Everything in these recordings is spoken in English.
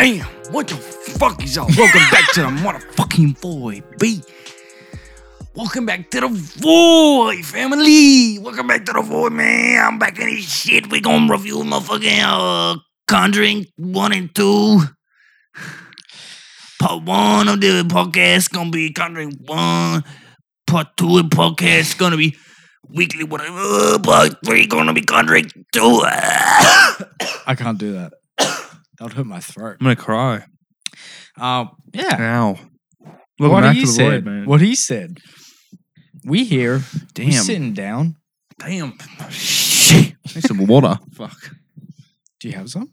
Oh, motherfuckers, y'all. Welcome back to the motherfucking void, B. Welcome back to the void, family. Welcome back to the void, man. I'm back in this shit. We gonna review motherfucking uh, Conjuring 1 and 2. Part 1 of the podcast gonna be Conjuring 1. Part 2 of podcast gonna be weekly whatever. Part 3 gonna be Conjuring 2. I can't do that. that would hurt my throat. I'm gonna cry. Um, yeah. Ow. Welcome What back he to the said. void, man. What he said. We here. Damn. We sitting down. Damn. Shit. Need some water. Fuck. Do you have some?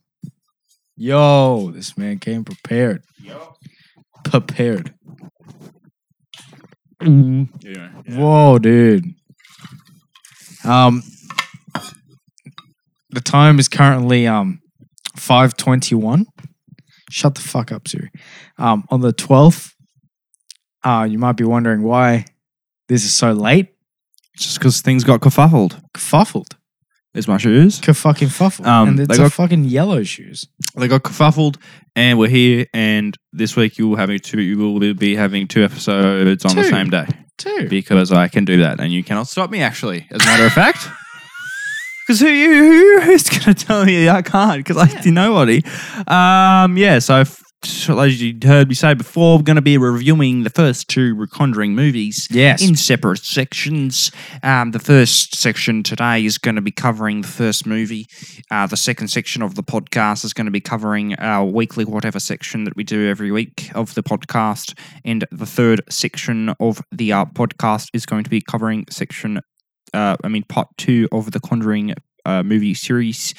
Yo, this man came prepared. Yo. Prepared. Anyway. Whoa, dude. Um, the time is currently um five twenty one. Shut the fuck up, Siri. Um, on the twelfth. Uh, you might be wondering why this is so late. Just because things got kerfuffled. Kerfuffled. There's my shoes. Kerfucking fuffled. Um, and it's they a got- fucking yellow shoes. They got kerfuffled, and we're here. And this week you will having two. You will be having two episodes on the Two. same day Too. because I can do that, and you cannot stop me. Actually, as a matter of fact. Because who, who who's gonna tell me I can't? Because I see nobody. Um, yeah. So f- so as you heard me say before, we're gonna be reviewing the first two Conjuring movies. Yes. in separate sections. Um, the first section today is going to be covering the first movie. Uh, the second section of the podcast is going to be covering our weekly whatever section that we do every week of the podcast. And the third section of the uh, podcast is going to be covering section, uh, I mean, part two of the Conjuring uh, movie series.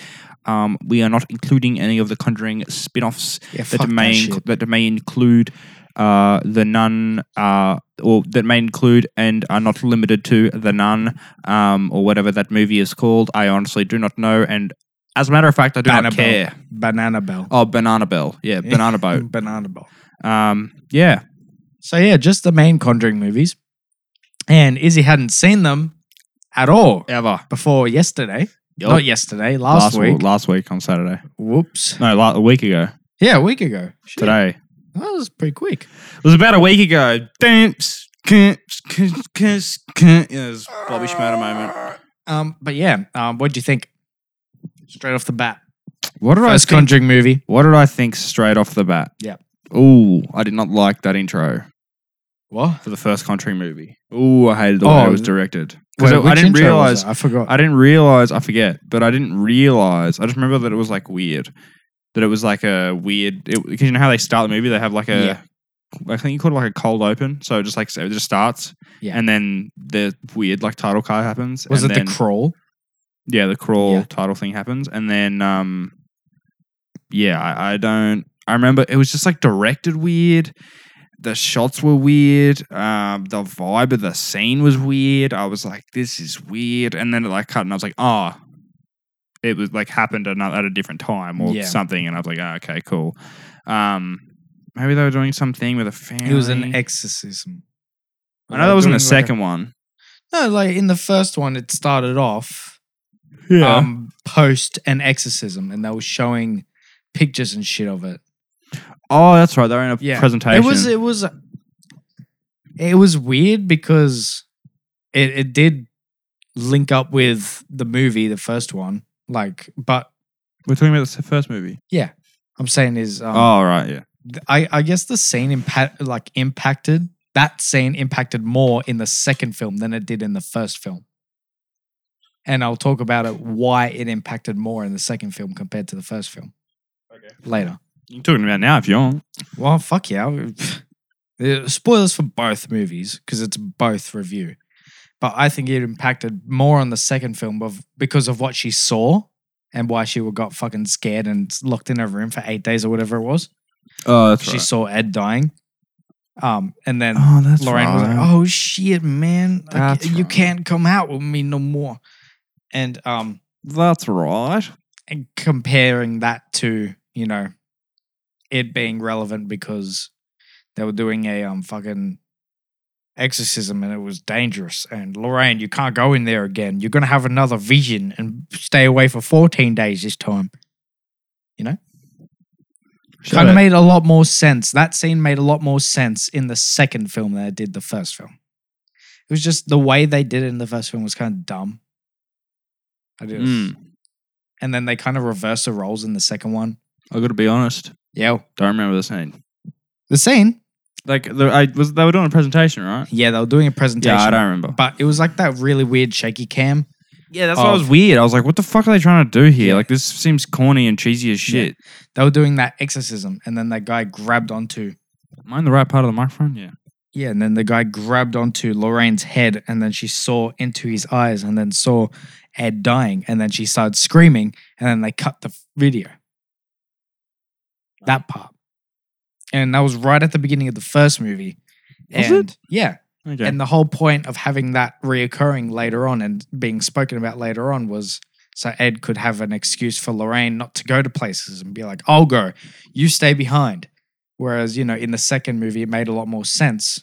Um, we are not including any of the Conjuring spin offs yeah, fuck that may shit. inc- that may include uh, the nun, uh, or that may include and are not limited to the nun, um, or whatever that movie is called. I honestly do not know, and as a matter of fact, I do Banana not Boat. care. Banana Bell. Oh, Banana Bell, yeah, Banana Boat. Banana Bell. Um, yeah, So yeah, just the main Conjuring movies. And Izzy hadn't seen them at all ever before yesterday. Yup. Not yesterday, last, last week. last week on Saturday. Whoops. No, la- a week ago Yeah, a week ago. Shit. today. That was pretty quick. It was about a week ago. Dance. Kiss, kiss, kiss, kiss. Yeah, it was Bobby Schmatter moment. Um, but yeah, um, what do you think? Straight off the bat. What did First I think? Conjuring movie. What did I think straight off the bat? Yep. Ooh, I did not like that intro What? for the first Conjuring movie. Ooh, I hated the way Oh, it was directed. Because Wait, I which didn't intro was realize. it? I forgot. I didn't realize. I forget, but I didn't realize. I just remember that it was like weird. That it was like a weird. Because you know how they start the movie, they have like a. Yeah. I think you call it like a cold open. So it just like so it just starts. Yeah. And then the weird like title card happens. was and it then, the crawl? yeah, the crawl Yeah. title thing happens, and then um, yeah, I, I don't. I remember it was just like directed weird. The shots were weird. Um, the vibe of the scene was weird. I was like, this is weird. And then it like cut, and I was like, ah. It was like happened at, another, at a different time or Yeah. something, and I was like, oh, okay, cool. Um, maybe they were doing something with a family. It was an exorcism. I know that was in the Doing like a- second one. No, like in the first one, it started off um, post an exorcism, and they were showing pictures and shit of it. oh, that's right. They were in a Yeah. presentation. It was it was it was weird because it, it did link up with the movie, the first one. Like, but we're talking about the s- first movie. I'm saying is, um, oh, right, yeah. th- I I guess the scene impact like impacted that scene impacted more in the second film than it did in the first film. And I'll talk about it why it impacted more in the second film compared to the first film. Okay. Later. You're talking about now if you want. Well, fuck yeah. Uh, Spoilers for both movies because it's both review. But I think it impacted more on the second film of, because of what she saw and why she got fucking scared and locked in her room for eight days or whatever it was. Oh, that's she saw Ed dying. Um, and then Oh, that's Lorraine was like, "Oh shit, man! I c- That's you right. can't come out with me no more." And um, "Oh, that's right. and comparing that to you know it being relevant because they were doing a um fucking exorcism and it was dangerous and Lorraine you can't go in there again you're gonna have another vision and stay away for 14 days this time Kind of made a lot more sense. That scene made a lot more sense in the second film than it did the first film. It was just the way they did it in the first film was kind of dumb. I just, Mm. And then they kind of reversed the roles in the second one. I got to be honest. Yeah. Don't remember the scene. The scene? Like the, I was, they were doing a presentation, right? Yeah, they were doing a presentation. Yeah, I don't remember. But it was like that really weird shaky cam. yeah, that's what what was was weird. I was like, what the fuck are they trying to do here? Like this seems corny and cheesy as shit. They were doing that exorcism, and then that guy grabbed onto Am I in the right part of the microphone? Yeah. Yeah, and then the guy grabbed onto Lorraine's head, and then she saw into his eyes, and then saw Ed dying, and then she started screaming, and then they cut the video. That part, and that was right at the beginning of the first movie. Was and it? yeah, Okay. and the whole point of having that reoccurring later on and being spoken about later on was so Ed could have an excuse for Lorraine not to go to places and be like, I'll go, you stay behind. Whereas, you know, in the second movie, it made a lot more sense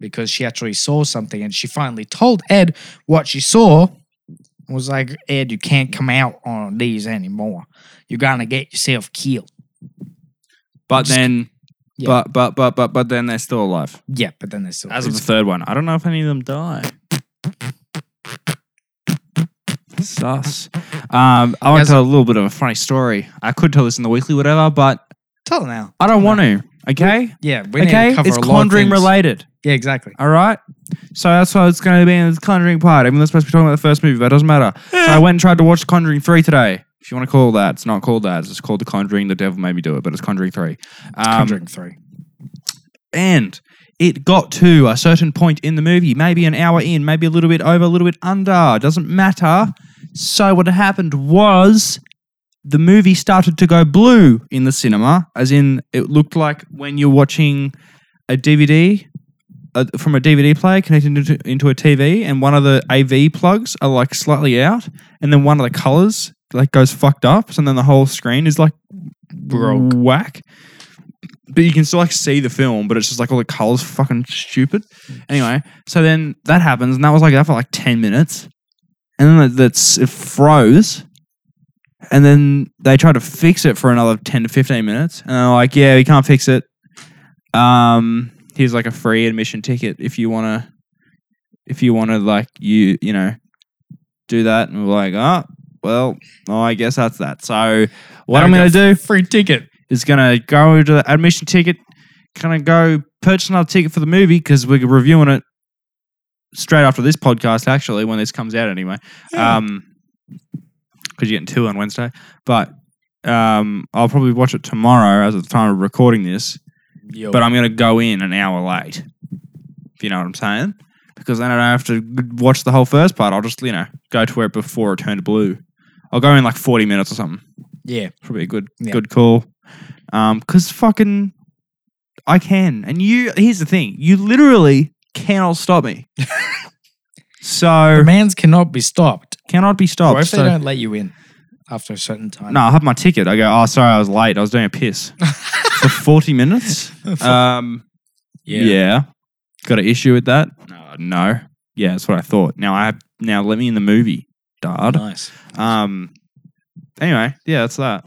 because she actually saw something and she finally told Ed what she saw and was like, Ed, you can't come out on these anymore. You're going to get yourself killed. but Just- then, Yeah. but but but but but then they're still alive. Yeah, but then there's still. As of the third one, I don't know if any of them die. Sus. Um, I want As- to tell a little bit of a funny story. I could tell this in the weekly, whatever, but tell her now. I don't want to. Okay, Yeah, we need okay, to cover it's a lot of Conjuring things. related. Yeah, exactly. All right. So that's what it's going to be in this Conjuring part. I mean, that's supposed to be talking about the first movie, but it doesn't matter. So I went and tried to watch Conjuring 3 today. If you want to call it that, it's not called that. It's called The Conjuring. The Devil Made Me Do It, but it's Conjuring 3. Um, Conjuring three. and it got to a certain point in the movie, maybe an hour in, maybe a little bit over, a little bit under, doesn't matter. So what happened was the movie started to go blue in the cinema, as in it looked like when you're watching a DVD uh, from a DVD player connected into, into a TV, and one of the AV plugs are like slightly out, and then one of the colors like goes fucked up, so then the whole screen is like Broke. whack. But you can still like see the film, but it's just like all the colors fucking stupid. Anyway, so then that happens, and that was like that for like ten minutes, and then that's it froze, and then they tried to fix it for another ten to fifteen minutes, and they're like, "Yeah, we can't fix it. Um, here's like a free admission ticket if you wanna, if you wanna like you you know, do that." And we're like, "Ah, well, oh, I guess that's that." So what I'm gonna do Free ticket. is going to go to the admission ticket, going to go purchase another ticket for the movie because we're reviewing it straight after this podcast, actually, when this comes out anyway. Yeah. Um, because you're getting two on Wednesday, but um, I'll probably watch it tomorrow as of the time of recording this. Yo. But I'm going to go in an hour late, if you know what I'm saying, because then I don't have to watch the whole first part. I'll just you know go to where it before it turned blue. I'll go in like 40 minutes or something. yeah, Probably a good Yeah. good call. Um, cause fucking I can. And you here's the thing, you literally cannot stop me. so demands cannot be stopped. cannot be or stopped. if they So, don't let you in after a certain time. no, I have my ticket. I go, oh sorry, I was late. I was doing a piss. For 40 minutes. Um yeah. Got an issue with that? No, no. Yeah, that's what I thought. Now I have now let me in the movie, dad. nice. Um. Anyway, yeah, that's that.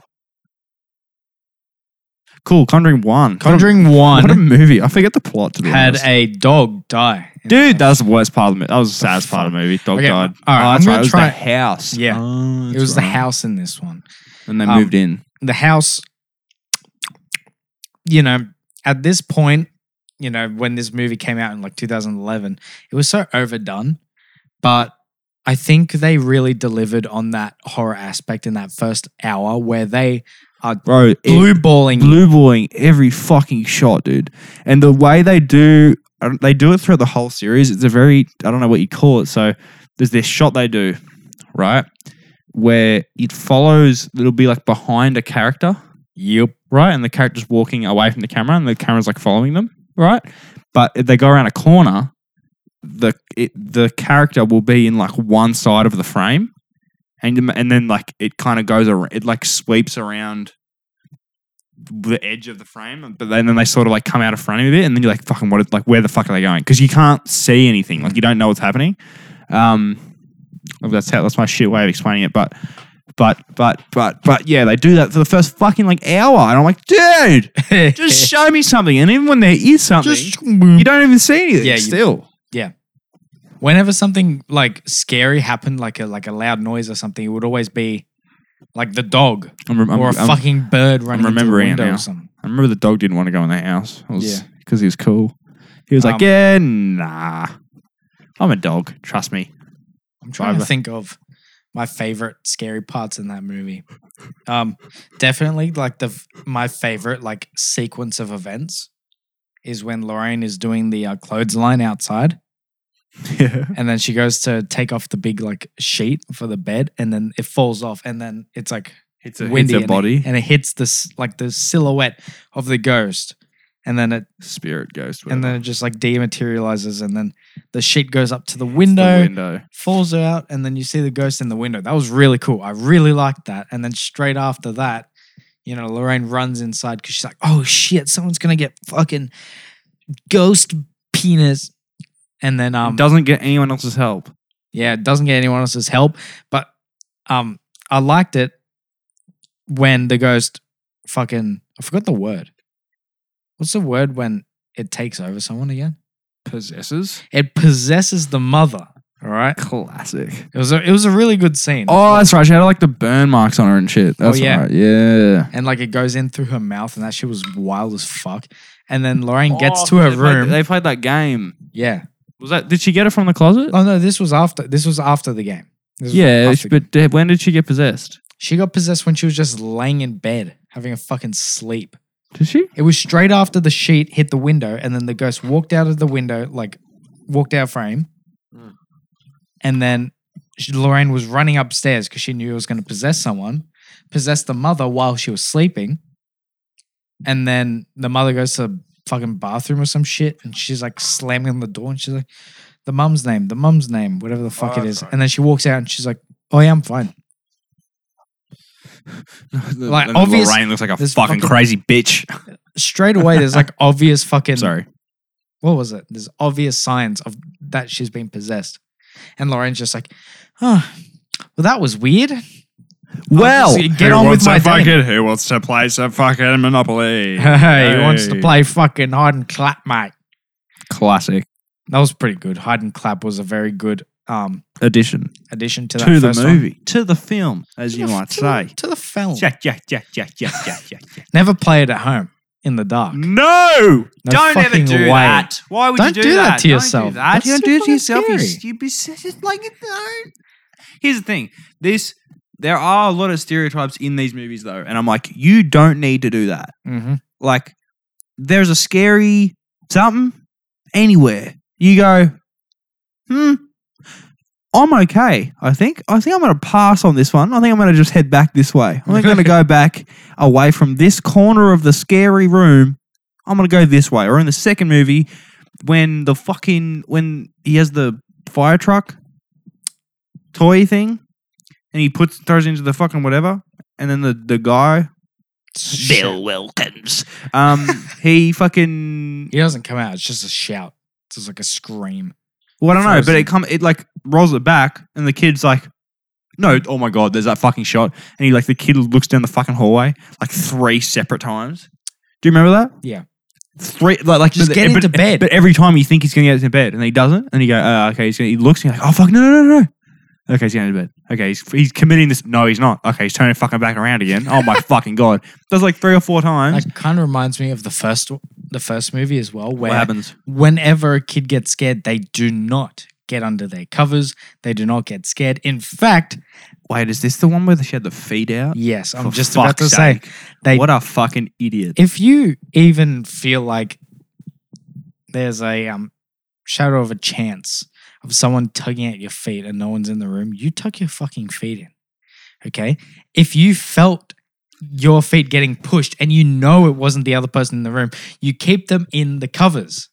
Cool. Conjuring one. Conjuring What a- What a One movie! I forget the plot to the had a dog die. in dude. the That was the worst part of the movie. That was the saddest part of the movie. Dog Okay, died. all right, oh, I'm that's gonna right. It was try- the house. Yeah. Oh, house. It that's was the right. house in this one. and they um, moved in. The house. You know, at this point, you know when this movie came out in like 2011, it was so overdone, but. I think they really delivered on that horror aspect in that first hour where they Bro, blue balling blue balling every fucking shot, dude. And the way they do, I don't- they do it throughout the whole series. It's a very, I don't know what you call it. So there's this shot they do, right, where it follows. It'll be like behind a character. Yep. Right, and the character's walking away from the camera, and the camera's like following them. Right, but if they go around a corner, the it, the character will be in like one side of the frame. And, and then like it kind of goes around, it like sweeps around the edge of the frame, but then, then they sort of like come out of frame of it, and then you're like, fucking what? Like, where the fuck are they going? Because you can't see anything. Like, you don't know what's happening. Um, that's how that's my shit way of explaining it. But But but but but yeah, they do that for the first fucking like hour, and I'm like, dude, just show me something. And even when there is something, you don't even see anything. Yeah, Yeah, you- still. whenever something like scary happened, like a like a loud noise or something, it would always be like the dog I'm, rem- I'm- or a I'm- fucking bird running remembering it into a window now. or something. I remember the dog didn't want to go in that house. Yeah. because he was cool. He was like, Um, yeah, nah, I'm a dog. Trust me. I'm trying Driver. to think of my favorite scary parts in that movie. Um, definitely like the f- my favorite like sequence of events is when Lorraine is doing the uh, clothesline outside, Yeah. and then she goes to take off the big like sheet for the bed, and then it falls off, and then it's like It's windy and it- body. and it hits this like the silhouette of the ghost, and then it Spirit ghost. and then whatever. it just like dematerializes, and then the sheet goes up to the It's the window window. falls out and then you see the ghost in the window. That was really cool. I really liked that. And then straight after that, you know, Lorraine runs inside because she's like, oh shit, someone's gonna get fucking ghost penis. And then um Doesn't get anyone else's help. yeah, it doesn't get anyone else's help. But um I liked it when the ghost fucking I forgot the word. What's the word when it takes over someone again? Possesses. It possesses the mother. All right. Classic. It was a, it was a really good scene. Oh, that's right. She had like the burn marks on her and shit. That's yeah. right. Yeah. and like it goes in through her mouth, and that shit was wild as fuck. And then Lorraine gets to her they played- room. Oh, they played that game. yeah. Was that? Did she get it from the closet? Oh no, this was after. This was after the game. This was yeah, after- but did- when did she get possessed? she got possessed when she was just laying in bed having a fucking sleep. Did she? It was straight after the sheet hit the window, and then the ghost walked out of the window, like walked out frame, Mm. and then she, Lorraine was running upstairs because she knew it was going to possess someone, possess the mother while she was sleeping, and then the mother goes to the fucking bathroom or some shit, and she's like slamming the door, and she's like, "The mum's name, the mum's name, whatever the fuck it that's is," and then she walks out, and she's like, "Oh yeah, I'm fine." Like, And obvious- Lorraine looks like a this fucking, fucking- crazy bitch. Straight away, there's like obvious fucking Sorry. what was it? There's obvious signs of that she's been possessed. And Lauren's just like, oh, well, that was weird. Well, see, get on with my day. Who wants to play some fucking Monopoly? Hey, he wants to play fucking hide and clap, mate. Classic That was pretty good. Hide and clap was a very good um addition addition to to, that the first one. movie, to the film, as To you the- might to the- say. to the film. yeah, yeah, yeah, yeah, yeah, yeah. yeah. Never play it at home in the dark. No! No don't ever fucking do way. that. Why would Don't you do, do that to Don't yourself. Do that. That's You don't so do it to fucking yourself. You scary. stupid. It's just like don't. Here's the thing. This there are a lot of stereotypes in these movies though, and I'm like, you don't need to do that. Mm-hmm. Like, there's a scary something anywhere. You go, hmm. I'm okay. I think. I think I'm going to pass on this one. I think I'm going to just head back this way. I'm going to go back away from this corner of the scary room. I'm going to go this way. Or in the second movie, when the fucking when he has the fire truck toy thing, and he puts throws it into the fucking whatever, and then the the guy Bill Wilkins, um, he fucking He doesn't come out. It's just a shout. It's just like a scream. Well, I don't know, but Frozen. it come it like rolls it back, and the kid's like, "No, oh my god, there's that fucking shot," and he like the kid looks down the fucking hallway like three separate times. Do you remember that? Yeah. Three like, like Just but- get but- into bed. But every time you think he's gonna get into bed, and he doesn't, and you go, uh, "Okay, he's gonna." He looks, and you're like, "Oh fuck, no, no, no, no." Okay, he's going to bed. Okay, he's, he's committing this. No, he's not. Okay, he's turning fucking back around again. Oh my fucking god! Does like three or four times. That kind of reminds me of the first the first movie as well, what where happens? whenever a kid gets scared, they do not get under their covers. They do not get scared. In fact, Wait, is this the one where they had the feet out? yes, I'm For just about to fuck's say, sake. they- what a fucking idiot. if you even feel like there's a um, shadow of a chance of someone tugging at your feet and no one's in the room, you tuck your fucking feet in. Okay? If you felt your feet getting pushed and you know it wasn't the other person in the room, you keep them in the covers.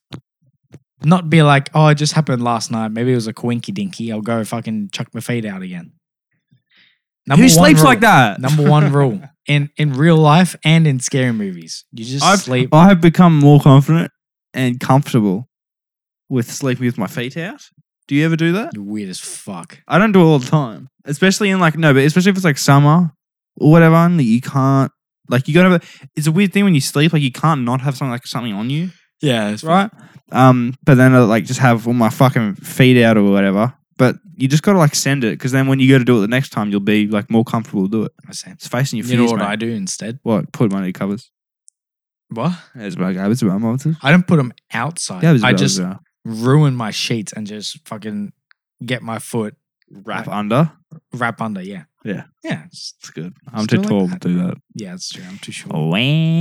Not be like, oh, it just happened last night. Maybe it was a coinky dinky. I'll go fucking chuck my feet out again. Number Who one sleeps rule. like that? Number one rule in in real life and in scary movies, you just I've, sleep. I have become more confident and comfortable with sleeping with my feet out Do you ever do that? You're weird as fuck. I don't do it all the time, especially in like no, but especially if it's like summer or whatever, and you can't like you gotta. have a- It's a weird thing when you sleep, like you can't not have something like something on you, Yeah, it's right? Um, but then I like just have all my fucking feet out or whatever. But you just gotta like send it because then when you go to do it the next time, you'll be like more comfortable to do it. I see. It's facing your You fears, know what mate. I do instead? What? Put them under your covers. What? That's what I got. It's about my answer. I don't put them outside. Yeah, it's I about- just it's about ruin my sheets and just fucking get my foot wrap under. wrap under. Yeah. Yeah. Yeah. it's- It's good. I'm Still too like tall that. to do that. yeah, that's true. I'm too sure.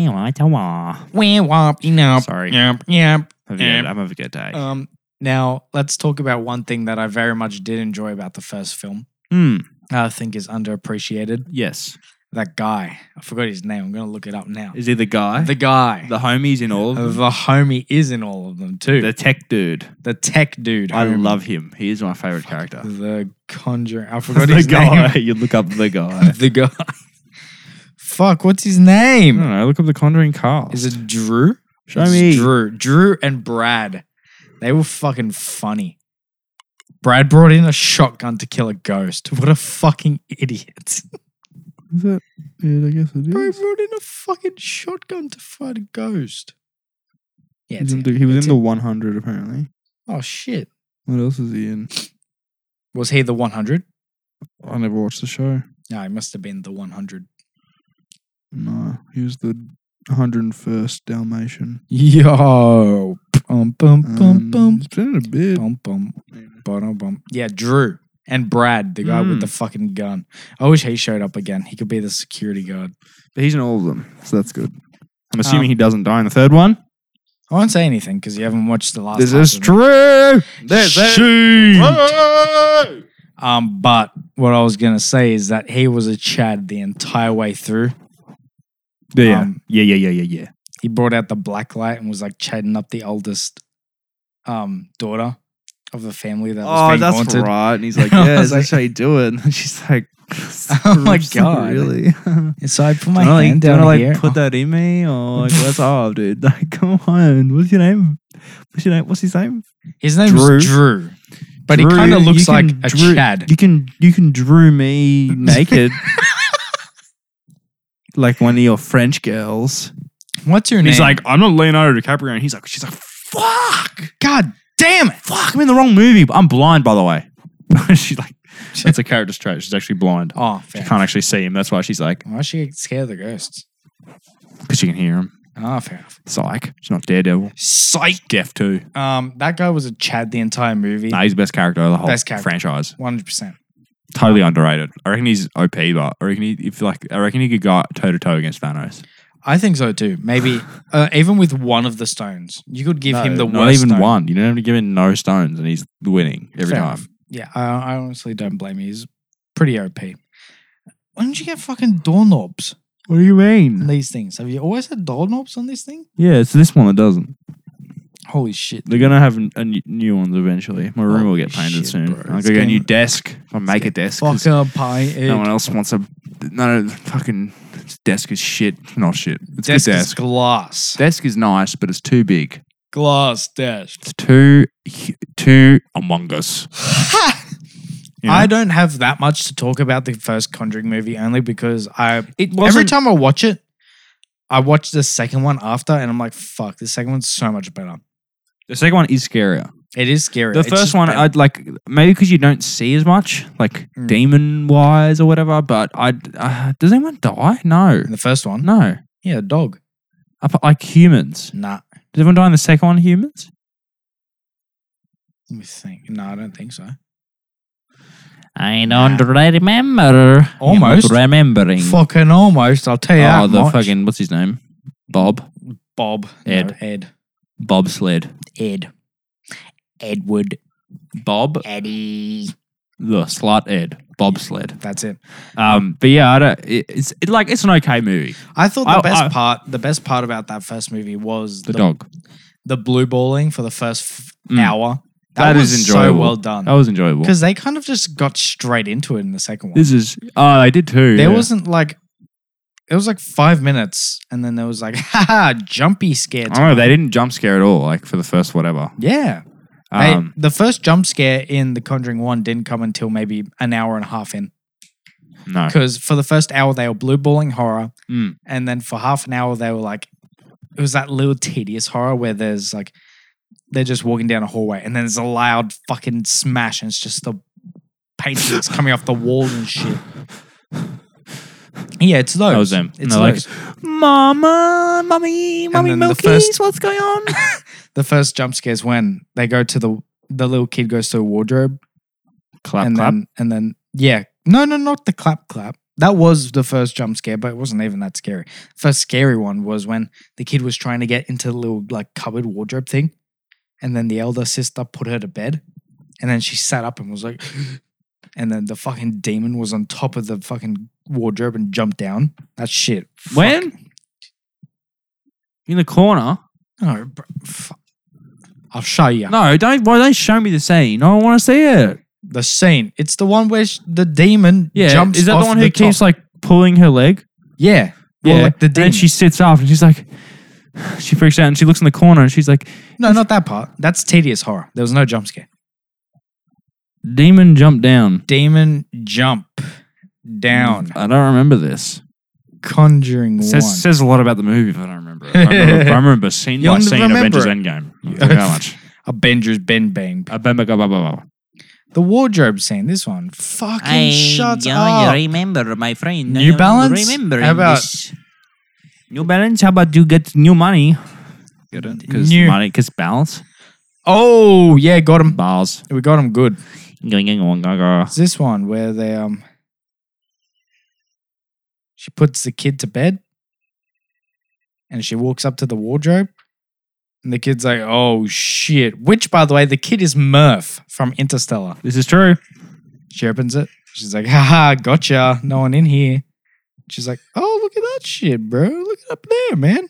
Oh, Wah, wah, you know. Sorry. Yep, yep. Have Yeah. I'm having a good day. Um, now let's talk about one thing that I very much did enjoy about the first film. Hmm. I think is underappreciated. Yes. That guy, I forgot his name. I'm gonna look it up now. Is he the guy? The guy, The homies in all of them. the homie, is in all of them too. The The, tech dude. tech dude. I homie. love him. He is my favorite character. the conjurer. I forgot The his guy. name. you look up the guy. the guy. Fuck, what's his I name? don't know. Look up the Conjuring cast. Is it Drew? Hmm. Show It's me. Drew. Drew and Brad. They were fucking funny. Brad brought in a shotgun to kill a ghost. What a fucking idiot. Is it? Yeah, I guess it Brad is. brought in a fucking shotgun to fight a ghost. Yeah, it's He's in him. the- he was It's in the 100 apparently. Oh shit. What else is he in? Was he the 100? I never watched the show. No, he must have been the 100. No, he was the 101st Dalmatian. Yo. Bum, bum, Um, It's been in a bit. Bum, bum, bum, bum. Yeah, Drew and Brad, the guy with Mm. the fucking gun. I wish he showed up again. He could be the security guard. But he's in all of them, so that's good. assuming I'm assuming he doesn't die in the third one. I won't say anything because you haven't watched the last. This half is of it. true. There's Shoot. that. Um, but what I was gonna say is that he was a Chad the entire way through. Yeah, Um, yeah, yeah, yeah, yeah, yeah. He brought out the black light and was like chatting up the oldest, um, daughter of the family that was Oh, being that's haunted. right. And he's like, I "Yeah, was that's how you do it." And she's like, Oh my "Rips it, God. really?" do And so I put my I like, hand do I down like here. put that in me or like what's up, dude? Like, come on. What's your name? What's your name? What's his name? His name's Drew. Drew, but he Drew, kind of you looks like can a Drew- Chad. You can you can drew me naked, like one of your French girls. What's your name? He's like, I'm not Leonardo DiCaprio, and he's like, she's like, fuck, God damn it! fuck, I'm in the wrong movie. I'm blind, by the way. she's like, that's a character's trait. She's actually blind. Oh, She fair. can't actually see him. That's why she's like, Why is she scared of the ghosts? because she can hear him. Ah, fair enough. Psych. She's not Daredevil. Psych. Deaf too. Um, that guy was a Chad the entire movie. Nah, he's the best character of the whole Best character. franchise. One hundred percent. Totally underrated. I reckon he's OP, but I reckon he if like I reckon he could go toe to toe against Thanos. I think so too. Maybe uh, even with one of the stones, you could give him the not worst even stone. one. You don't have to give him no stones, and he's winning every Fair time. enough. Yeah, I, I honestly don't blame you. He's pretty OP. Why don't you get fucking doorknobs What do you on mean? these things? Have you always had doorknobs on this thing? Yeah, it's this one that doesn't. Holy shit! They're gonna have n- a n- new ones eventually. My room will Holy get painted shit, soon. bro. I'm It's gonna get a getting- new desk. I'll make a desk. 'cause Fucking pie. No one else wants a. No, no, fucking desk is shit. Not shit. It's desk a good is desk. glass. desk is nice, but it's too big. glass desk. It's too hu- too among us. You know? I don't have that much to talk about the first Conjuring movie only because I It every wasn't- time I watch it, I watch the second one after and I'm like, fuck, the second one's so much better. The second one is scarier. It is scary. The It's first just one, better. I'd like maybe because you don't see as much, like Mm. demon wise or whatever. But I uh, does anyone die? No, In the first one, no. yeah, dog. Up- Like humans. Nah, Does everyone die in the second one? Humans. let me think. No, I don't think so. I don't remember. Almost. remembering. Fucking almost. I'll tell you. oh, that the much. fucking what's his name? Bob. Bob, Ed. No, Ed, Bobsled. Ed, Edward, Bob. Eddie. The slut Ed. Bobsled. That's it. Um, but yeah, I don't, it, it's it, like it's an okay movie. I thought the I- best I- part, the best part about that first movie was The, dog. the blue balling for the first f- Mm. hour. That was is enjoyable. So well done. That was enjoyable. Because they kind of just got straight into it in the second one. This is oh, they did too. there yeah. wasn't like it was like five minutes, and then there was like, haha, jumpy scared. I don't know. They didn't jump scare at all. Like for the first whatever. Yeah, Hey, Um, the first jump scare in The Conjuring 1 didn't come until maybe an hour and a half in. no. Because for the first hour, they were blue balling horror. Mm. And then for half an hour, they were like, it was that little tedious horror where there's like, they're just walking down a hallway and then there's a loud fucking smash and it's just the paintings coming off the walls and shit. Yeah, it's those. That was them. It's They're like, those. Mama, mummy, mummy then the milkies, first- what's going on? The first jump scares when they go to the, the little kid goes to a wardrobe clap, and clap. then and then yeah no no not the clap clap that was the first jump scare but it wasn't even that scary first scary one was when the kid was trying to get into the little like cupboard wardrobe thing and then the elder sister put her to bed and then she sat up and was like and then the fucking demon was on top of the fucking wardrobe and jumped down that shit fuck- when? In the corner. no bro, fuck. i'll show you No, don't. Why don't show me the scene? No, I want to see it. the scene it's the one where sh- the demon Yeah, jumps is that the off one who top. keeps like pulling her leg? yeah well, like the and then demon. she sits up and she's like, she freaks out and she looks in the corner and she's like, No, not that part. That's tedious horror. There was no jump scare. "Demon jump down." Demon jump down. I don't remember this. Conjuring It one. says says a lot about the movie, but I don't remember. It. I remember, I remember scene You by don't scene remember Avengers it. Endgame. Thank you How much? Avengers Ben Bang. I remember- blah, blah, blah, blah. The wardrobe scene. This one. Fucking shut up. remember, my friend. New Balance? How about- this. New Balance. How about you get new money? Get it? Because New- money, because balance, Oh yeah, got him. bars. We got him good. Going, going, going, going, going. It's this one where they um. She puts the kid to bed. And she walks up to the wardrobe. And the kid's like, oh shit. Which, by the way, the kid is Murph from Interstellar. This is true. She opens it. She's like, haha, gotcha. No one in here. She's like, oh, look at that shit, bro. Look it up there, man.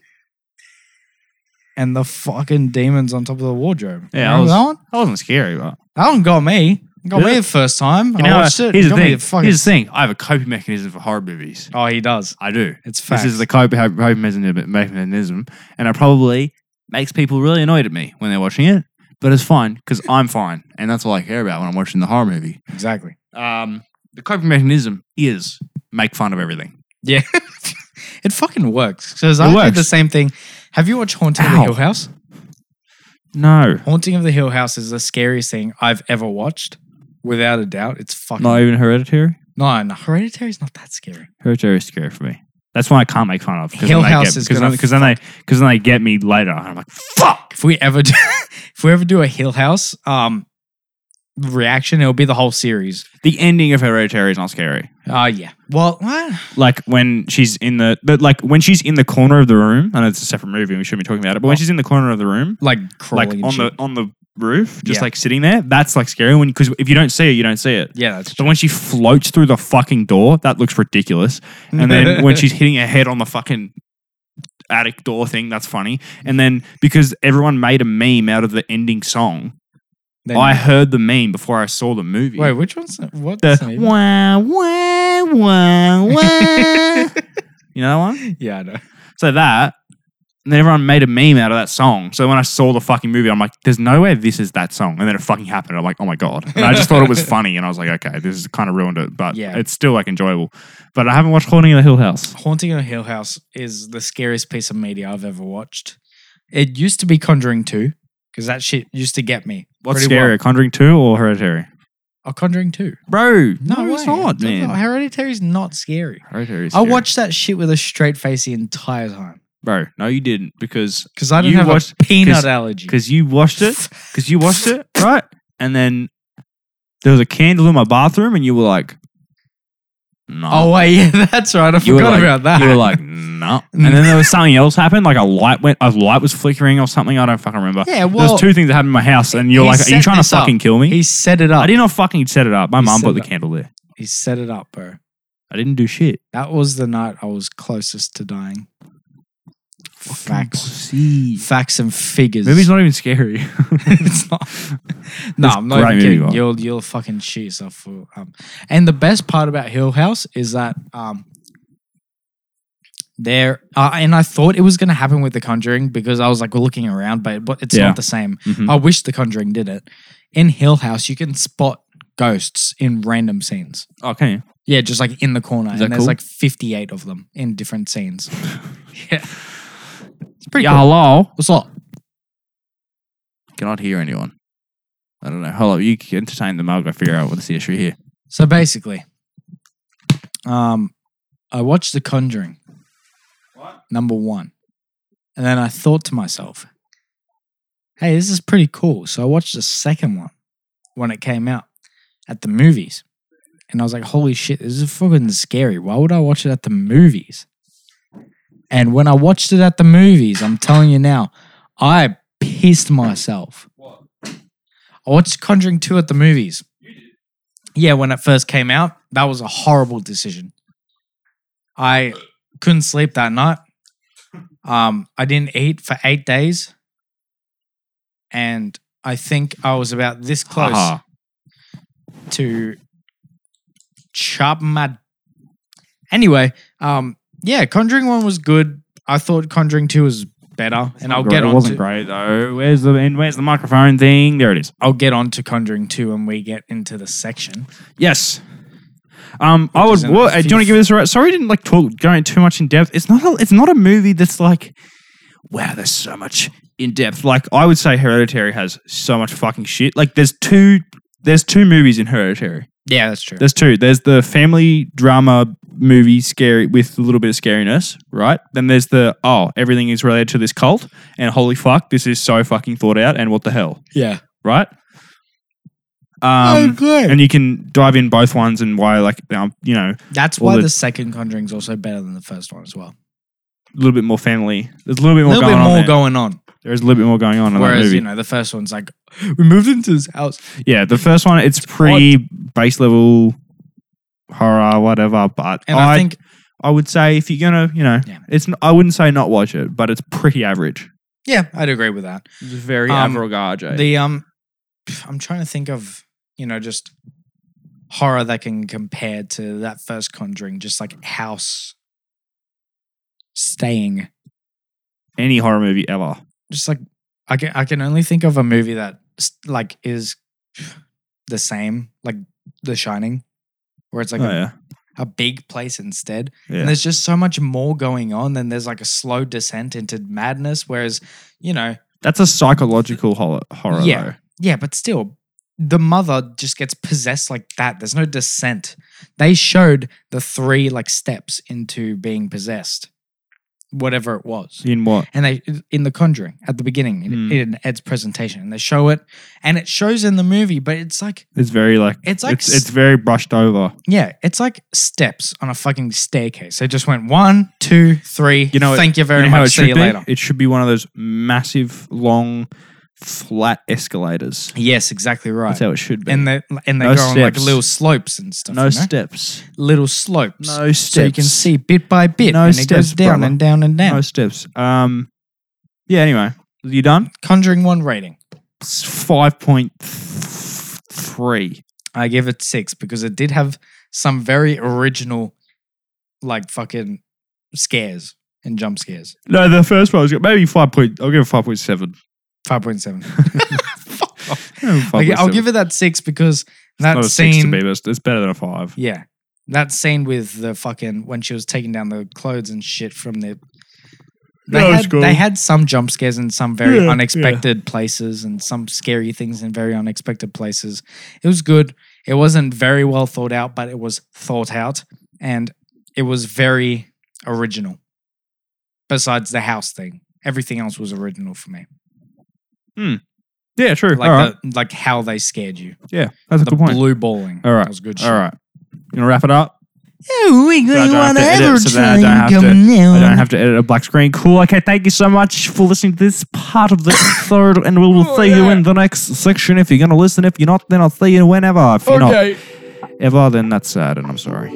And the fucking demon's on top of the wardrobe. Yeah, I Remember was- that one? That wasn't scary, but That one got me. It got me Really? the first time. You I know, watched it. Here's It the got me thing. the fucking- Here's the thing. I have a coping mechanism for horror movies. Oh, he does. I do. It's facts. This is the coping coping mechanism, mechanism, and it probably makes people really annoyed at me when they're watching it. But it's fine because I'm fine, and that's all I care about when I'm watching the horror movie. exactly. Um, the coping mechanism is make fun of everything. Yeah. it fucking works. Because I did works. the same thing. Have you watched Haunting of the Ow. Hill House? No, Haunting of the Hill House is the scariest thing I've ever watched. Without a doubt. It's fucking not even Hereditary. No, no, Hereditary's not that scary. Hereditary is scary for me. That's one I can't make fun of. 'cause then Hill they House get- is cause gonna then, 'cause then they because then they get me later, and I'm like, fuck. If we ever do, if we ever do a Hill House um reaction, it'll be the whole series. The ending of Hereditary is not scary. Ah, yeah. Well, what? like when she's in the, the like when she's in the corner of the room. I know it's a separate movie. and We shouldn't be talking about it, but when she's in the corner of the room, like crawling like Oh. and on shit. the on the roof, just Yeah. like sitting there, that's like scary. When because if you don't see it, you don't see it. yeah, that's But when she floats through the fucking door, that looks ridiculous. And then when she's hitting her head on the fucking attic door thing, that's funny. And then because everyone made a meme out of the ending song, Then- I heard the meme before I saw the movie. wait, which one's what? the wah wah wah wah. you know that one? yeah, I know. So that, and then everyone made a meme out of that song. So when I saw the fucking movie, I'm like, there's no way this is that song. And then it fucking happened. I'm like, oh my God. And I just thought it was funny. And I was like, okay, this is kind of ruined it, but Yeah. it's still like enjoyable. But I haven't watched Haunting of the Hill House. Haunting of Hill House is the scariest piece of media I've ever watched. It used to be Conjuring Two because that shit used to get me. What's pretty scarier, Well. Conjuring 2 or Hereditary? Oh, Conjuring Two. Bro, no, way. it's not, No, man. no, Hereditary's not scary. Hereditary is I scary. watched that shit with a straight face the entire time Bro, no, you didn't because because I didn't You have watched- a peanut 'cause- allergy. because you watched it. Because you watched it, right? And then there was a candle in my bathroom and you were like, no. Oh Mm. wait, yeah, that's right. I You were forgot like- about that. You were like, no. And then there was something else happened, like a light went, a light was flickering or something. I don't fucking remember. yeah, There well, was two things that happened in my house, and you're He like, are you set trying to this up. fucking kill me? he set it up. I did not fucking set it up. My He mum set put the it up. candle there. He set it up, bro. I didn't do shit. That was the night I was closest to dying. Facts, See. facts, and figures. Movie's not even scary. it's not. No, I'm not great even movie, kidding. Mark. You'll you'll fucking shit yourself. For, um, and the best part about Hill House is that um, there, uh, and I thought it was going to happen with The Conjuring because I was like looking around, but, but it's Yeah. not the same. Mhm. I wish The Conjuring did it. In Hill House, you can spot ghosts in random scenes. Okay. Yeah, just like in the corner, Is and that there's cool? like 58 of them in different scenes. yeah, it's pretty Yeah, cool. hello. What's up? Cannot hear anyone. I don't know. Hold up. You can entertain them. I'll go figure out what's the issue here. So basically, um, I watched The Conjuring, number one, and then I thought to myself, "Hey, this is pretty cool." So I watched the second one when it came out at the movies, and I was like, "Holy shit, this is fucking scary! Why would I watch it at the movies?" And when I watched it at the movies, I'm telling you now, I pissed myself. I watched Conjuring 2 at the movies. Yeah, when it first came out, that was a horrible decision. I couldn't sleep that night. Um, I didn't eat for eight days. And I think I was about this close Haha. to chop my. Anyway, um, yeah, Conjuring 1 was good. I thought Conjuring 2 was better. And I'll Great. get Oh, It on wasn't to, great though. Where's the and where's the microphone thing? There it is. I'll get on to Conjuring 2 when we get into the section. Yes. Um, I would. is in What, the uh, do you want to fifth. give this a right? Sorry, I didn't like talk going too much in depth. It's not. A, it's not a movie that's like, wow, there's so much in depth. Like I would say, Hereditary has so much fucking shit. Like there's two. There's two movies in Hereditary. Yeah, that's true. There's two. There's the family drama movie, scary with a little bit of scariness, right? Then there's the oh, everything is related to this cult, and holy fuck, this is so fucking thought out, and what the hell, yeah. right? Um, and you can dive in both ones and why, like, um, you know, That's Well, why the- the, second Conjuring's also better than the first one as well. a little bit more family. There's a little bit A more little going bit on. more there. going on. There's a little bit more going on in that Whereas, movie. you know, the first one's like, we moved into this house. yeah, the first one, it's pretty base level horror, whatever. But And I, think, I would say if you're gonna, you know, Yeah. it's n- I wouldn't say not watch it, but it's pretty average. yeah, I'd agree with that. It's very Um, RJ. The, um, I'm trying to think of, you know, just horror that can compare to that first Conjuring, just like house staying. Any horror movie ever. Just like, I can, I can only think of a movie that, s- like, is the same, like The Shining, where it's like oh a yeah, a big place instead. yeah. And there's just so much more going on. Then there's like a slow descent into madness. Whereas, you know, That's a psychological horror. horror Yeah. though. yeah, but still, the mother just gets possessed like that. There's no descent. They showed the three like steps into being possessed, whatever it was. In what? And they in the Conjuring at the beginning in, Mm. in Ed's presentation, and they show it, and it shows in the movie, but it's like It's very like. it's like it's, it's very brushed over. Yeah, it's like steps on a fucking staircase. They just went one, two, three. You know, thank you very You know how much. it See should you be? later. It should be one of those massive, long, flat escalators. Yes, exactly right. That's how it should be. And they and they No go on like steps. little slopes and stuff. no you know? steps. Little slopes. No steps. So you can see bit by bit, No and it steps, goes down brother. and down and down. No steps. Um. Yeah. Anyway, you done? Conjuring one rating, Five point three. I give it six because it did have some very original, like fucking scares and jump scares. No, the first one was good. Maybe five point. I'll give it five point seven. Five point seven. I'll, Like, I'll give it that six because that not a scene. six to be, but it's, it's better than a five. Yeah. That scene with the fucking when she was taking down the clothes and shit from the they, That was had, cool. they had some jump scares in some very Yeah, yeah. unexpected places and some scary things in very unexpected places. It was good. It wasn't very well thought out, but it was thought out and it was very original. Besides the house thing, everything else was original for me. Yeah, true. Like All right. the, like how they scared you. yeah, that's a The good point. blue balling. All right. That was good shit. All right, you gonna wrap it up? Oh, we I got don't have one to edit, other so then I don't time have to- coming I don't down. have to edit a black screen. Cool. Okay, thank you so much for listening to this part of the third, and we will Oh, see you yeah. in the next section. If you're gonna listen, if you're not, then I'll see you whenever. If you're Okay. not ever, then that's sad, and I'm sorry.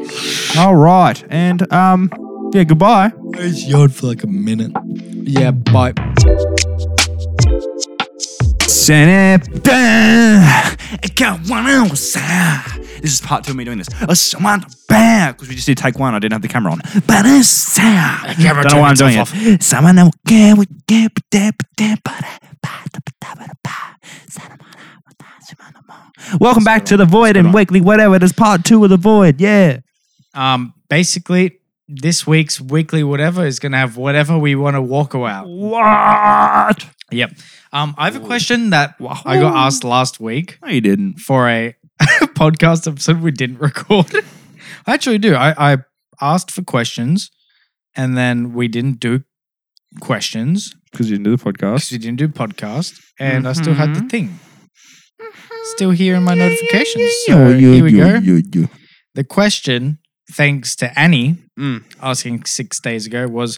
All right, and um, yeah, goodbye. It's yawned for like a minute. Yeah, bye. Send it. I got one outside. This is part two of me doing this. Oh, someone bam! Because we just did take one. I didn't have the camera on. But it's I camera Don't know why I'm turned doing itself it. Someone okay, we get dab, dab, ba, da, ba, da, ba, da, ba, da, ba. Someone, uh, someone, uh, Welcome back to the void and weekly whatever. This part two of the void. Yeah. Um, basically, this week's weekly whatever is going to have whatever we want to walk about. What? Yep. Um, I have a question that I got asked last week No, you didn't. for a podcast episode we didn't record. I actually do. I, I asked for questions and then we didn't do questions Because you didn't do the because podcast. we didn't do podcast and I still had the thing. Still here in my notifications. Oh, So here we go. The question, thanks to Annie Mm. asking six days ago, was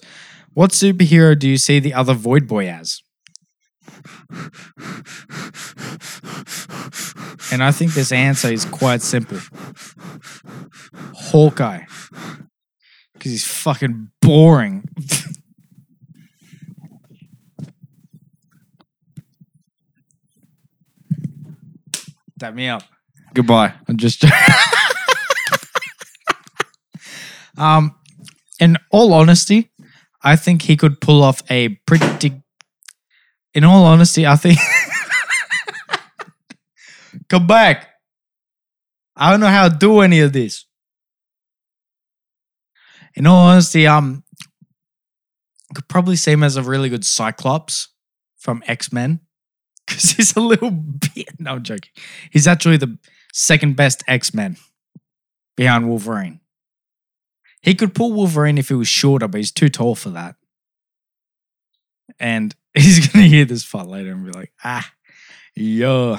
what superhero do you see the other Void Boy as? And I think this answer is quite simple Hawkeye. Because he's fucking boring. Tap me up. Goodbye. I'm just. um, in all honesty, I think he could pull off a pretty. In all honesty, I think. Come back. I don't know how to do any of this. In all honesty, um, could probably see him as a really good Cyclops from X Men because he's a little bit. No, I'm joking. He's actually the second best X Men behind Wolverine. He could pull Wolverine if he was shorter, but he's too tall for that. And he's going to hear this part later and be like, ah, yo.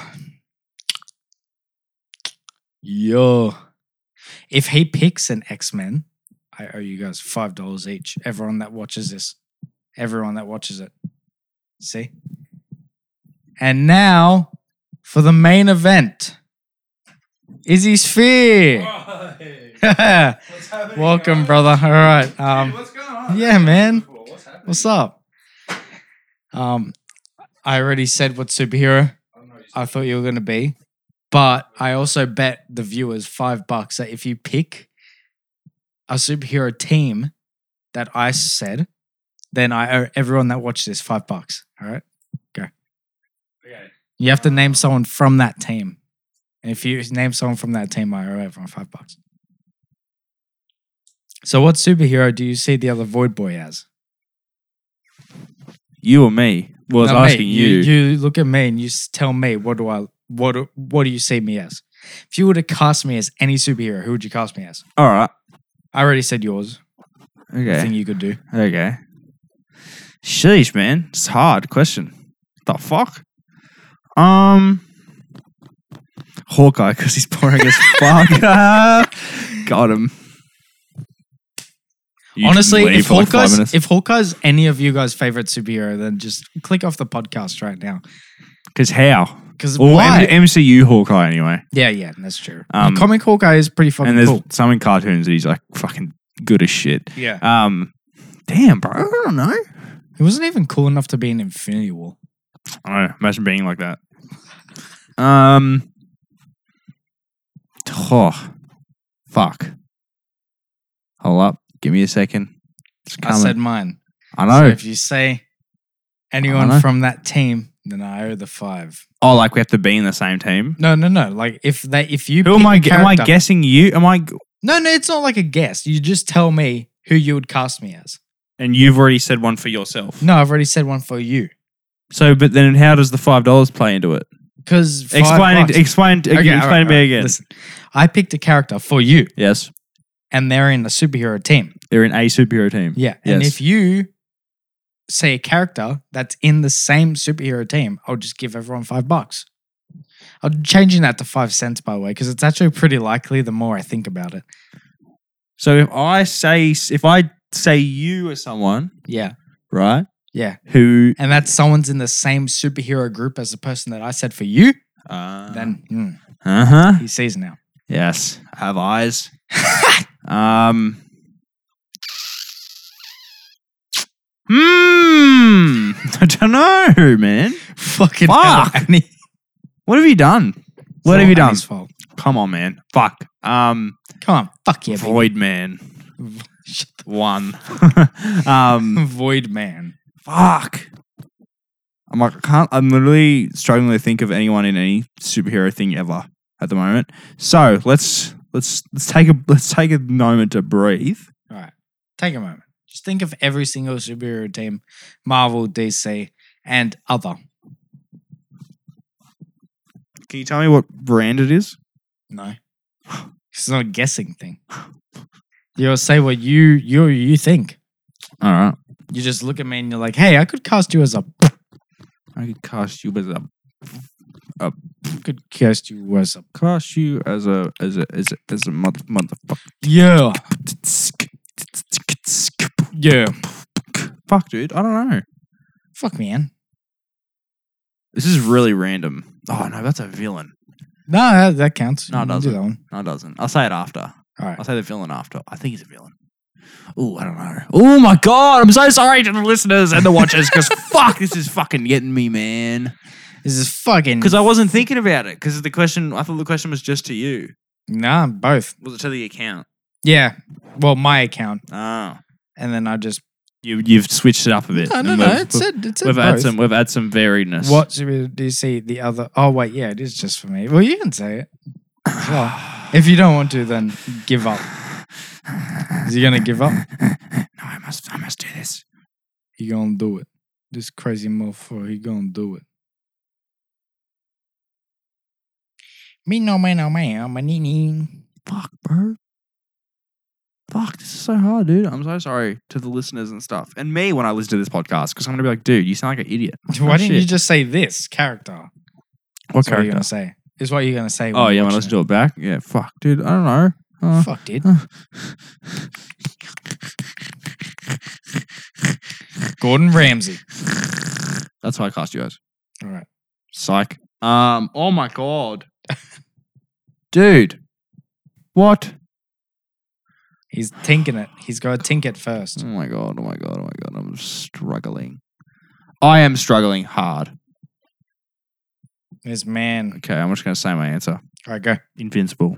Yo. If he picks an X Men, I owe you guys $5 each. Everyone that watches this, everyone that watches it. See? And now for the main event. Izzy Sphere. Welcome, brother. All right. Um, what's going on? yeah, man. What's happening? What's up? Um, I already said what superhero Oh, I thought you were going to be, but I also bet the viewers five bucks that if you pick a superhero team that I said, then I owe everyone that watched this five bucks. All right. Okay. Um, You have to name someone from that team. And if you name someone from that team, I owe everyone five bucks. So, what superhero do you see the other Void Boy as? You or me? Well, I Now, was mate, asking you. you. look at me and you s- tell me what do I what do- what do you see me as? If you were to cast me as any superhero, who would you cast me as? All right. I already said yours. Okay. Thing you could do. Okay. Sheesh, man. It's a hard question. The fuck? Um Hawkeye, because he's boring as fuck. Got him. You Honestly, leave if for like five Hawkeye's minutes. if Hawkeye's any of you guys' favorite superhero, then just click off the podcast right now. 'Cause how? Because Well, why? M- MCU Hawkeye anyway. yeah, yeah, that's true. Um, Comic Hawkeye is pretty fucking and there's cool. some in cartoons that he's like fucking good as shit. Yeah. Um, damn, bro. I don't know. He wasn't even cool enough to be in Infinity War. I don't know. Imagine being like that. Um. Oh, fuck. Hold up. Give me a second. It's I coming. said mine. I So know. if you say anyone know. from that team, then I owe the five. oh, like we have to be in the same team. No, no, no. Like if that, if you Who am pick I? a Am I character- guessing you? Am I? No, no. It's not like a guess. You just tell me who you would cast me as. And you've already said one for yourself. No, I've already said one for you. So, but then how does the five dollars play into it? Because Explain. It, explain. Okay, explain all right, to me all right. again. Listen, I picked a character for you, Yes, and they're in a superhero team. they're in a superhero team. Yeah, and Yes. if you say a character that's in the same superhero team, I'll just give everyone five bucks. I'm changing that to five cents, by the way, because it's actually pretty likely. The more I think about it, So if I say if I say you are someone, yeah, right, yeah, who and that someone's in the same superhero group as the person that I said for you, uh, then mm, uh huh he sees now. Yes, I have eyes. um. Hmm. I don't know, man. Fucking Fuck. hell, Annie. What have you done? What It's have you all done? Annie's fault. Come on, man. Fuck. Um, Come on, fuck you, baby. Void Man. Shut One. um, Void Man. fuck. I'm like, I can't. I'm literally struggling to think of anyone in any superhero thing ever at the moment. So let's let's let's take a let's take a moment to breathe. All right, take a moment. Just think of every single superhero team, Marvel, DC, and other. Can you tell me what brand it is? No, it's not a guessing thing. You'll say what you you you think. All right. You just look at me and you're like, "Hey, I could cast you as a I could cast you as a could cast you as a cast you as a as a as a as a mother motherfucker. yeah yeah." Fuck, dude. I don't know. Fuck man, This is really random. Oh no, that's a villain. no, that, that counts. No, it You can do doesn't. that one. No, it doesn't. I'll say it after. All right. I'll say the villain after. I think he's a villain. Oh, I don't know. Oh my god, I'm so sorry to the listeners and the watchers because fuck, this is fucking getting me, man. This is fucking. Because I wasn't thinking about it. Because the question, I thought the question was just to you. nah, both. Was it to the account? Yeah. Well, my account, Oh, and then I just. you you've switched it up a bit. No, no, and no. we've- It said it said We've both. had some. We've had some variedness. What superhero do you see? The other. Oh wait, yeah, it is just for me. Well, you can say it. as well. If you don't want to, then give up. Is he gonna give up? no, I must. I must do this. He gonna do it. This crazy motherfucker. He gonna do it. Me no man no man my nini. Fuck, bro. Fuck, this is so hard, dude. I'm so sorry to the listeners and stuff, and me when I listen to this podcast because I'm gonna be like, dude, you sound like an idiot. Why didn't you Oh, shit. just say this character? What That's what you're gonna say. Is what you're gonna say. Oh yeah, when when I listen to it back, yeah. Fuck, dude. I don't know. Uh, Fuck, dude. Gordon Ramsay. that's why I cast you guys. All right. Psych. Um. Oh my god, dude. What? He's tinking it. He's got to tink it first. Oh my god, oh my god, oh my god. I'm struggling. I am struggling hard. This man. Okay, I'm just going to say my answer. All right, go. Invincible.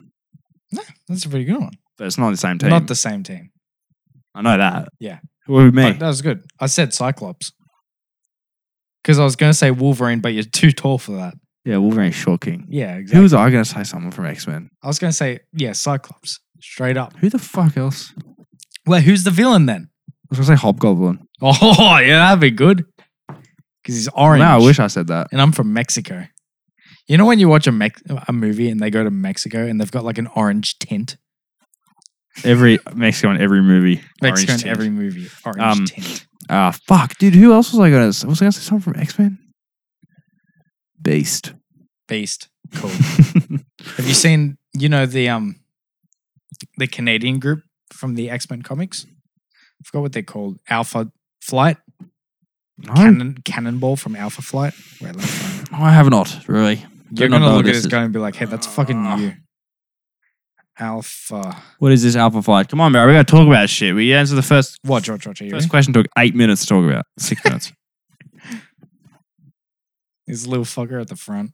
That's a pretty good one. But it's not the same team. Not the same team. I know that. Yeah. What would But that was good. I said Cyclops. Because I was going to say Wolverine, but you're too tall for that. Yeah, Wolverine shocking. Yeah, Who exactly. was I going to say someone from X Men? I was going to say, yeah, Cyclops. Straight up. Who the fuck else? I Well, who's the villain then? was going to say Hobgoblin. Oh, yeah, that'd be good. Because he's orange. No, I wish I said that. And I'm from Mexico. You know when you watch a, Mex- a movie and they go to Mexico and they've got like an orange tint? Every Mexico in every movie. Mexico Orange in tint. every movie. Orange Um, tint. Ah, fuck, dude. Who else was I going to say? Was I going to say someone from X Men? Beast. Beast. Cool. Have you seen, you know, the um the Canadian group from the X-Men comics? I forgot what they're called. Alpha Flight? No, Cannon, Cannonball from Alpha Flight? Wait, let me find it. I have not, really. You're not going to know look what at this this is. guy and be like, hey, that's fucking Ah. you. Alpha. What is this Alpha Flight? Come on, bro. We got to talk about shit. We answered the first What, George Roger? You First question took eight minutes to talk about. Six minutes. This little fucker at the front.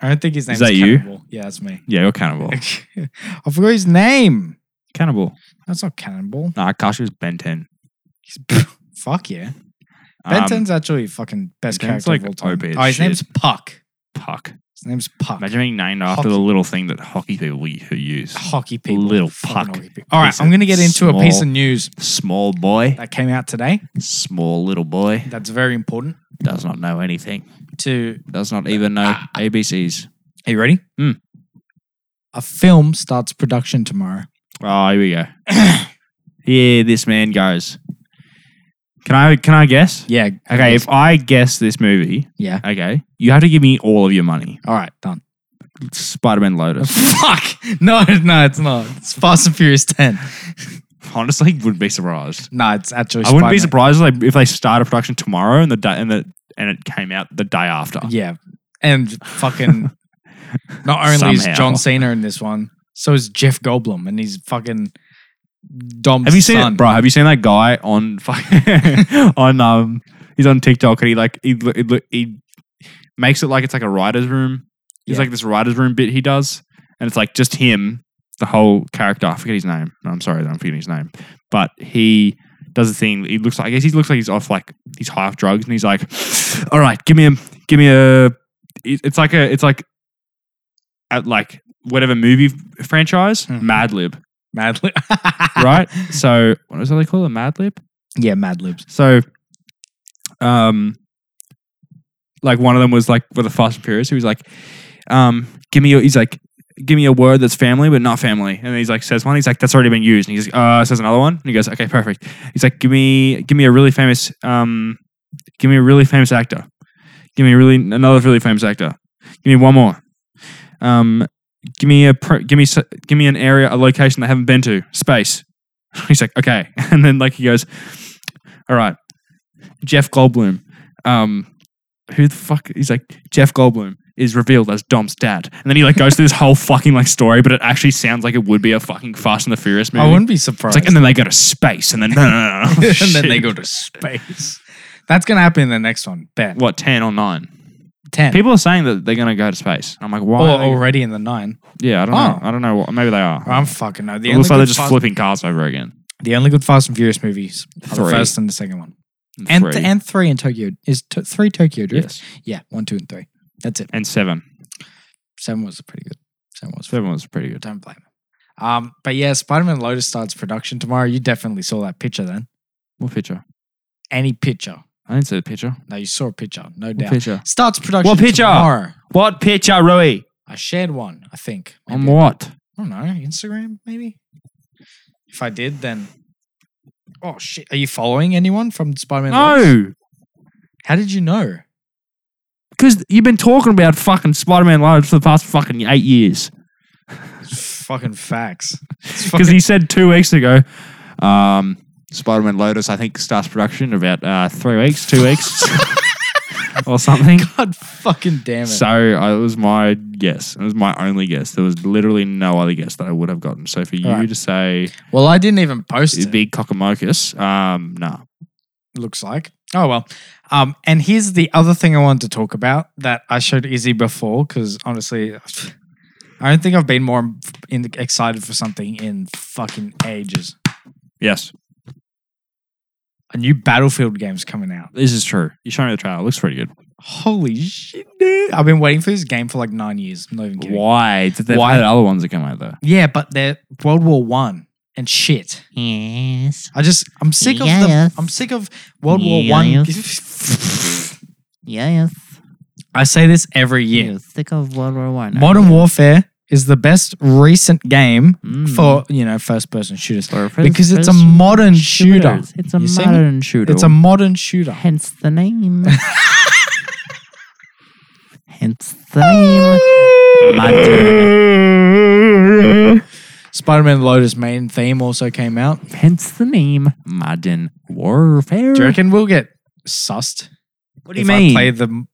I don't think his name Is is, that you? Cannonball. Yeah, that's me. Yeah, you're cannibal. I forgot his name. cannibal. That's not Cannonball. Nah, Akashi was Ben 10. Fuck yeah. Um, Benton's actually fucking best Ben 10's character like of all time. OP as Oh, his shit. name's Puck. Puck. His name's Puck. Imagine being named after the Hockey. little thing that hockey people we- who use. hockey people. Little Fucking Puck. hockey people. All right, Piece I'm of going to get into a piece small- of news Small boy. that came out today. Small little boy. That's very important Does not know anything. to. Does not even know ABCs. Ah. Are you ready? Hmm. A film starts production tomorrow. Oh, here we go. here this man goes. Can I can I guess? Yeah. Okay, if I guess this movie, yeah. okay, you have to give me all of your money. All right, done. Spider Man Lotus. Fuck. No, no, it's not. It's Fast and Furious 10. Honestly, wouldn't be surprised. No, it's actually. I wouldn't be Spider-Man. surprised like, if they started production tomorrow and the day and the and it came out the day after. Yeah. And fucking. Not only Somehow. is John Cena in this one, so is Jeff Goldblum, and he's fucking Dom's Have you seen son. it, bro? Have you seen that guy on fucking on um? He's on TikTok and he like he, he he makes it like it's like a writer's room Yeah. He's like this writer's room bit he does, and it's like just him, the whole character. I forget his name. No, I'm sorry, that I'm forgetting his name. But he does a thing. He looks like I guess he looks like he's off like he's high off drugs, and he's like, "All right, give me a, give me a." it- It's like a, it's like, at like whatever movie franchise, Mhm. Mad Lib, Mad Lib. right? so what is that they call it, Mad Lib? Yeah, Mad Libs. So, um, like one of them was like with the Fast and Furious. He was like, um, give me your. He's like, give me a word that's family, but not family. And then he's like, says one. He's like, that's already been used. And he's like, uh, says another one. And he goes, okay, perfect. He's like, give me, give me a really famous, um, give me a really famous actor. Give me a really another really famous actor. Give me one more. Um, give me a pro, give me s- give me an area a location they haven't been to space. He's like okay, and then like he goes, all right, Jeff Goldblum. Um, who the fuck? He's like Jeff Goldblum is revealed as Dom's dad, and then he like goes through this whole fucking like story, but it actually sounds like it would be a fucking Fast and the Furious movie. I wouldn't be surprised. It's like, and then they go to space, and then no, no, no, no. and then they Shit. go to space. That's gonna happen in the next one. Bet what ten or nine? ten. People are saying that they're gonna go to space. I'm like, or why? are they- already in the nine. yeah, I don't know. Oh. I don't know. What, maybe they are. I'm fucking no. The it only looks like good they're just Fast- flipping cars over again. The only good Fast and Furious movies are the Three. first and the second one, and three. th- and three in Tokyo is t- three Tokyo Drift. yes, Yeah, one, two, and three. That's it. and seven. Seven was pretty good. Seven was Seven was pretty good. Don't blame him. Um, but yeah, Spider Man Lotus starts production tomorrow. You definitely saw that picture then. What picture? Any picture? I didn't see the picture. No, you saw a picture, no What doubt. picture? Starts production What picture? tomorrow. What picture, Rui? I shared one, I think. On Maybe. what? I don't know, Instagram maybe. If I did, then oh shit, are you following anyone from Spider Man? No, How did you know? because you've been talking about fucking Spider-Man Lotus for the past fucking eight years. fucking facts. It's Because fucking- he said two weeks ago, um, Spider-Man Lotus, I think, starts production in about uh, three weeks, two weeks, or something. God fucking damn it. So I, it was my guess. It was my only guess. There was literally no other guess that I would have gotten. So for you Alright. to say well, I didn't even post it. big cockamocus, um, nah. looks like. Oh well. Um, and here's the other thing I wanted to talk about that I showed Izzy before because honestly, I don't think I've been more in, excited for something in fucking ages. Yes, A new Battlefield game's coming out. this is true. You showed me the trailer. It looks pretty good. Holy shit! dude. I've been waiting for this game for like nine years. I'm not even kidding. Why did they Why- Why? the other ones that come out there? Yeah, but they're World War One and shit. Yes. I just I'm sick of Yes. them. I'm sick of World War One. Yes. Yes. I say this every year. You're sick of World War One. Modern Warfare is the best recent game Mm. for you know first person shooters For first because it's a person modern shooter. shooters. It's a You see me? modern shooter. It's a modern shooter. hence the name. hence the name. Modern. Spider-Man Lotus main theme also came out. Hence the name. Modern warfare. Do you reckon we'll get sussed? What if I play the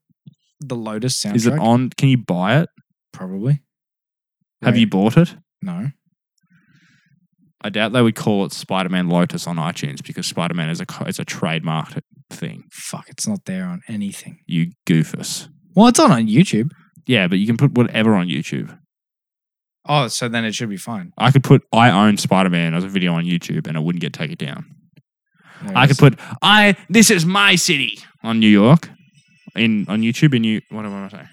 the Lotus soundtrack, Is it on? Can you buy it? probably? Have Right. you bought it? No. I doubt they would call it Spider-Man Lotus on iTunes because Spider-Man is a co- is a trademarked thing. Fuck, it's not there on anything. You goofus. Well, it's on on YouTube. Yeah, but you can put whatever on YouTube. Oh, so then it should be fine. I could put I own Spider Man as a video on YouTube and it wouldn't get taken down. There it I is. could put I this is my city on New York in on YouTube in New what am I saying?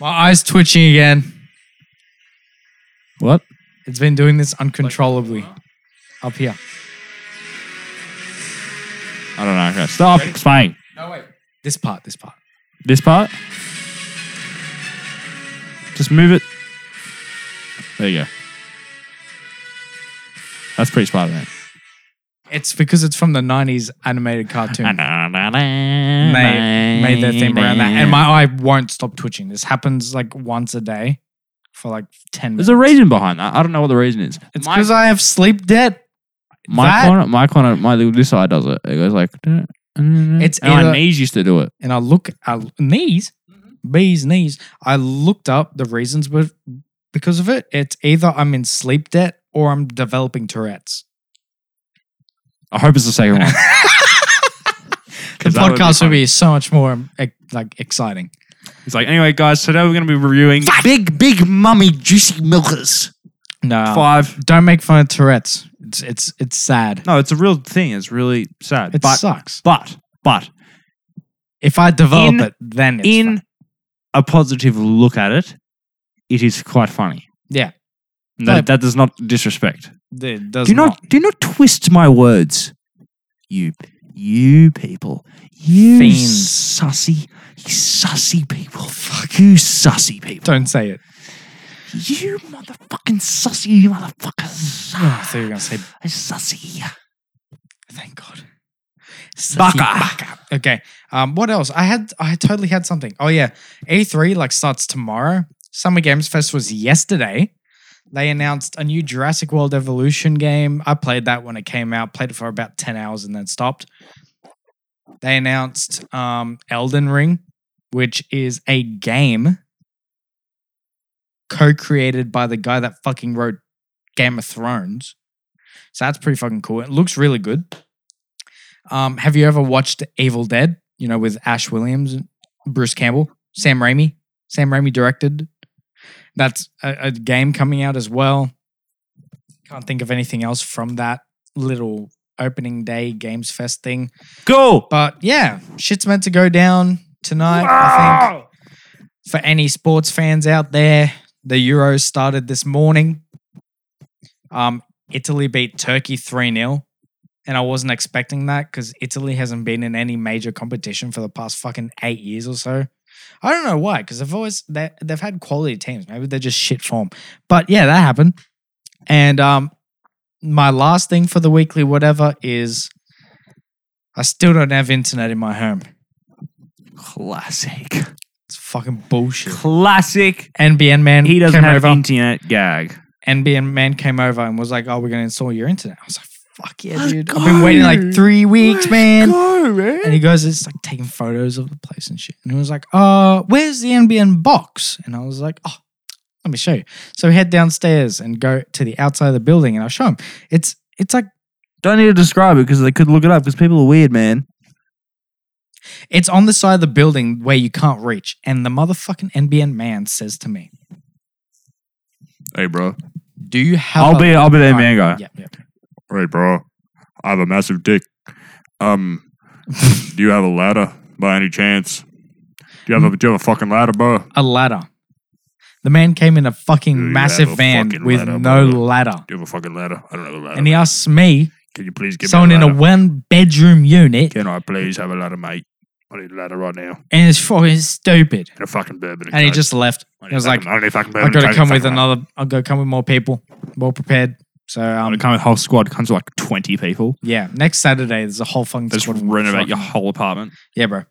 my eyes twitching again. What? It's been doing this uncontrollably up here. I don't know. Okay, stop explain No wait. This part, this part. this part. Just move it. There you go. That's pretty Spider Man. It's because it's from the '90s animated cartoon. Made, Made, made their theme around that, and my eye won't stop twitching. This happens like once a day for like ten minutes. There's a reason behind that. I don't know what the reason is. It's because I have sleep debt. My That- corner, my corner, my little this side does it. It goes like. uh, It's and either- my knees used to do it. And I look at knees, Mm-hmm. bees knees. I looked up the reasons, but because of it, it's either I'm in sleep debt or I'm developing Tourette's. I hope it's the second one. The Because that would be podcast would fun. be, so much more ec- like exciting. It's like, anyway, guys, today we're going to be reviewing Big, big mummy juicy milkers. No, five. don't make fun of Tourette's. It's it's it's sad. No, it's a real thing. It's really sad. it but, sucks. but, but If I develop In- it, then it's in fun. a positive look at it, it is quite funny. Yeah. And That, that does not disrespect. it does Do not, not. do not twist my words. You you people. You Fiends. sussy. You sussy people. Fuck you sussy people. Don't say it. You motherfucking sussy you motherfuckers. Oh, I thought you were gonna say Sussy. Thank God. Baka. Okay. Um, what else? I had I totally had something. Oh yeah. A3 like starts tomorrow. Summer Games Fest was yesterday. They announced a new Jurassic World Evolution game. I played that when it came out, played it for about 10 hours and then stopped. They announced um Elden Ring, which is a game co-created by the guy that fucking wrote Game of Thrones. So that's pretty fucking cool. It looks really good. Um, have you ever watched Evil Dead? You know, with Ash Williams, Bruce Campbell, Sam Raimi. Sam Raimi directed. That's a, a game coming out as well. Can't think of anything else from that little opening day games fest thing. Go! But yeah, shit's meant to go down tonight. Ah! I think for any sports fans out there, the Euros started this morning. Um, Italy beat Turkey 3 0. And I wasn't expecting that because Italy hasn't been in any major competition for the past fucking eight years or so. I don't know why, because they've always they, they've had quality teams. Maybe they're just shit form. But yeah, that happened. And um, my last thing for the weekly whatever is I still don't have internet in my home. Classic. It's fucking bullshit. Classic. NBN man, He doesn't came have over. internet gag. NBN man came over and was like, "Oh, we're gonna install your internet." I was like, "Fuck yeah, dude! I've been waiting like three weeks, man." And he goes, "It's like taking photos of the place and shit." And he was like, "Uh, where's the NBN box?" And I was like, "Oh, let me show you." So we head downstairs and go to the outside of the building, and I'll show him. It's it's like Don't need to describe it because they could look it up because people are weird, man. it's on the side of the building where you can't reach. And the motherfucking NBN man says to me, Hey, bro. "Do you have?" I'll a-" be, I'll be the Right, man guy. Yeah, yeah. Hey, bro, I have a massive dick. Um, do you have a ladder by any chance? Do you have a do you have a fucking ladder, bro? a ladder. The man came in a fucking Yeah, you massive have a van fucking with ladder, no brother. ladder. Do you have a fucking ladder? I don't have a ladder. And he asks me, Can you please give someone me a in a ladder? one bedroom unit, Can I please have a ladder, mate? I need a ladder right now. and it's fucking stupid. And a fucking bourbon. And he Coke. just left. I He was like, fucking- I don't need fucking I bourbon. gotta Coke, come with fucking another, I'll go come with more people, more prepared. So, Um, um, come with whole squad comes like 20 people. yeah, next Saturday, there's a whole fucking Just squad of renovate fucking- your whole apartment. Yeah, bro.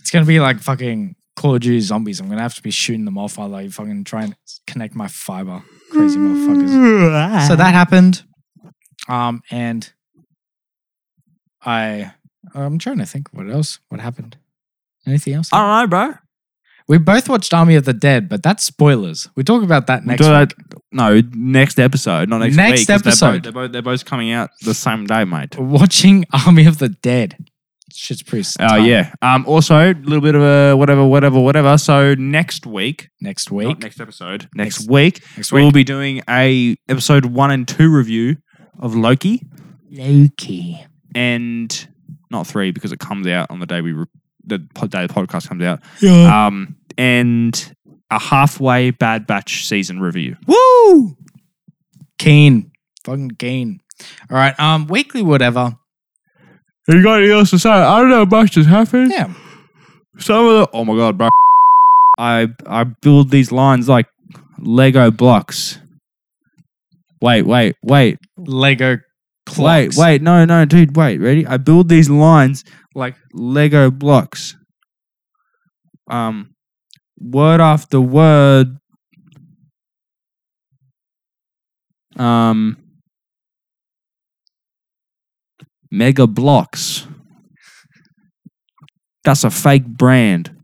It's gonna be like fucking Call of Duty zombies. I'm gonna have to be shooting them off while I fucking try and connect my fiber. Crazy motherfuckers. Ah. so that happened. Um, and I, I'm trying to think what else. What happened? Anything else? I don't know, bro. We both watched Army of the Dead, but that's spoilers. We talk about that next do week. that no, next episode, not next, Next week, 'cause they're both- episode. They're both, they're, both, coming out the same day, mate. Watching Army of the Dead. Shit's pretty. Oh, tight. yeah. Um, also, a little bit of a whatever, whatever, whatever. So next week, Next not week. Oh, next episode, next, Next- week, Next we week. will be doing a episode one and two review of Loki Loki. and not three because it comes out on the day we re- the po- day the podcast comes out. Yeah. Um, and a halfway Bad Batch season review. Woo! Keen. Fucking keen. All right. Um, weekly whatever. You got anything else to say? I don't know much has happened. Yeah. Some of the oh my god, bro. I I build these lines like Lego blocks. Wait, wait, wait, Lego. wait, Clocks. wait! No, no, dude, wait. Ready? I build these lines like Lego blocks. Um, word after word. Um, mega blocks. That's a fake brand.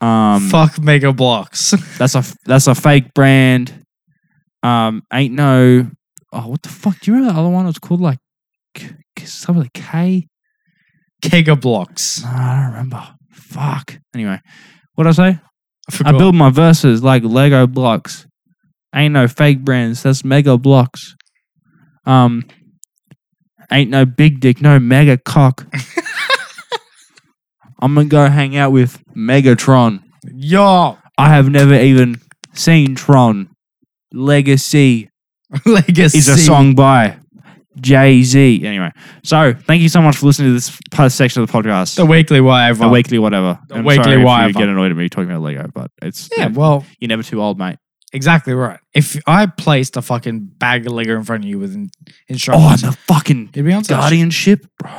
Um, Fuck Mega Blocks. that's a that's a fake brand. Um, ain't no. Oh, what the fuck? Do you remember the other one? It was called like K- K- something like K. Kega blocks. I don't remember. Fuck. Anyway, what I say? I forgot. I build my verses like Lego blocks. Ain't no fake brands. That's mega blocks. Um, ain't no big dick, no mega cock. I'm gonna go hang out with Megatron. Yo, I have never even seen Tron. Legacy legacy. is a song by Jay Z. Anyway, so thank you so much for listening to this part section of the podcast. The weekly whatever. A weekly whatever. A weekly if whatever. You get annoyed at me talking about Lego, but it's Yeah, well, you're never too old, mate. exactly right. If I placed a fucking bag of Lego in front of you with in- Oh, instructions, the fucking it'd be on such- guardianship, bro.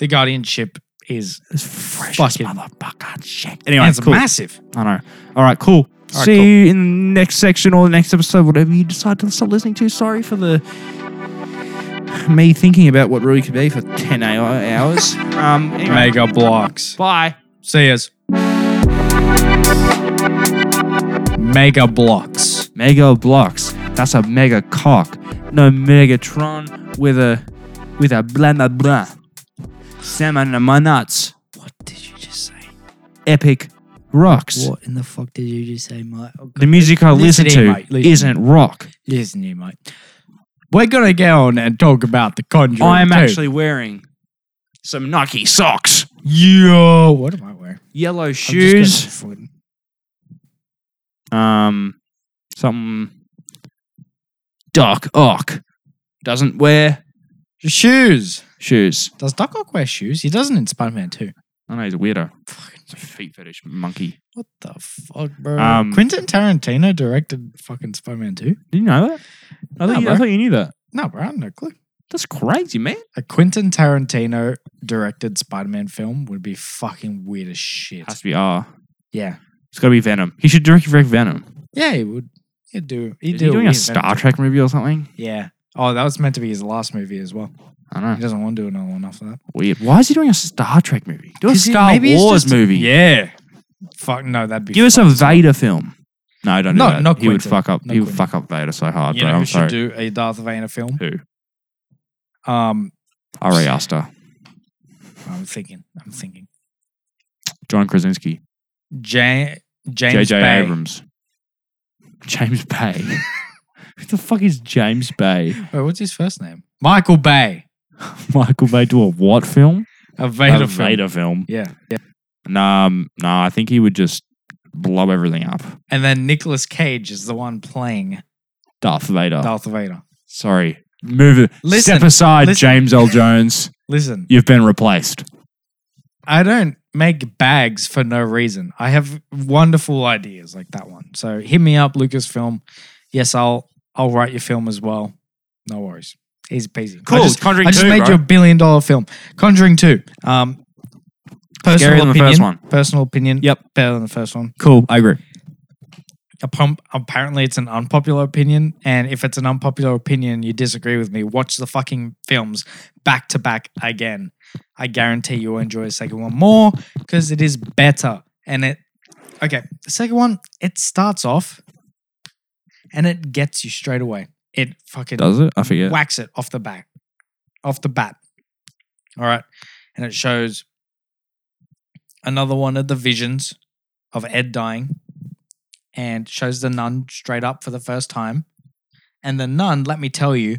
The guardianship is It's fresh Fucking- motherfucking shit. Anyway, it's cool. massive. I know. All right, cool. right, See cool. you in the next section or the next episode, whatever you decide to stop listening to. Sorry for the me thinking about what Rui could be for ten hour- hours. um, anyway, Mega blocks. bye. See us. Mega blocks. Mega blocks. That's a mega cock. No Megatron with a with a blah blah blah. Salmon and my nuts. What did you just say? Epic rocks. What in the fuck did you just say, Mike? Oh, The music I Listen listen, here, to mate, listen. isn't rock. Listen here, mate. We're gonna go on and talk about the conjuring. I am too. actually wearing some Nike socks, Yo, what am I wearing? yellow I'm just gonna shoes, fucking- um, something dark ock doesn't wear Shoes. shoes. Does Doc Ock wear shoes? He doesn't in Spider Man 2. I know he's a weirdo. He's a feet fetish monkey. What the fuck, bro? Um, Quentin Tarantino directed fucking Spider Man 2? Did you know that? No, I thought, you, bro. I thought you knew that. No, bro, I have no clue. That's crazy, man. A Quentin Tarantino directed Spider Man film would be fucking weird as shit. Has to be R. Yeah. It's got to be Venom. He should direct direct Venom. Yeah, he would. He'd do. He'd Is do he doing a weird Star Venom. Trek movie or something? Yeah. Oh, that was meant to be his last movie as well. I don't He know. doesn't want to do another one after that. Weird. Why is he doing a Star Trek movie? Do a 'Cause he- Star maybe he's Wars just- movie. Yeah. Fuck, no, that'd be. Give us a fucked. Vader film. No, don't do No, that. not he would Quentin. fuck up. Not he would Quentin. fuck up Vader so hard. You bro. know who I'm should sorry. do a Darth Vader film? Who? Um, Ari Aster, I'm thinking. I'm thinking. John Krasinski, J- James J.J. Bay. Abrams, James Bay. who the fuck is James Bay? Wait, Oh, what's his first name? Michael Bay. Michael Bay do a what film? A Vader film. a Vader film. Yeah. Nah, um, nah. I think he would just blow everything up. And then Nicolas Cage is the one playing Darth Vader. Darth Vader. Sorry. Move it. Listen, Step aside, listen. James L. Jones. Listen, You've been replaced. I don't make bags for no reason. I have wonderful ideas like that one. So hit me up, Lucasfilm. Yes, I'll I'll write your film as well. No worries. Easy peasy. I just, Conjuring I just made you a billion dollar film. Conjuring two. Um personal Scarier than the opinion. first one. Personal opinion. Yep. Better than the first one. Cool. I agree. Appum- apparently it's an unpopular opinion and if it's an unpopular opinion you disagree with me watch the fucking films back to back again i guarantee you'll enjoy the second one more because it is better and it okay the second one it starts off and it gets you straight away it fucking Does it? I forget. whacks it off the back, off the bat. All right. And it shows another one of the visions of Ed dying and shows the nun straight up for the first time. And the nun, let me tell you,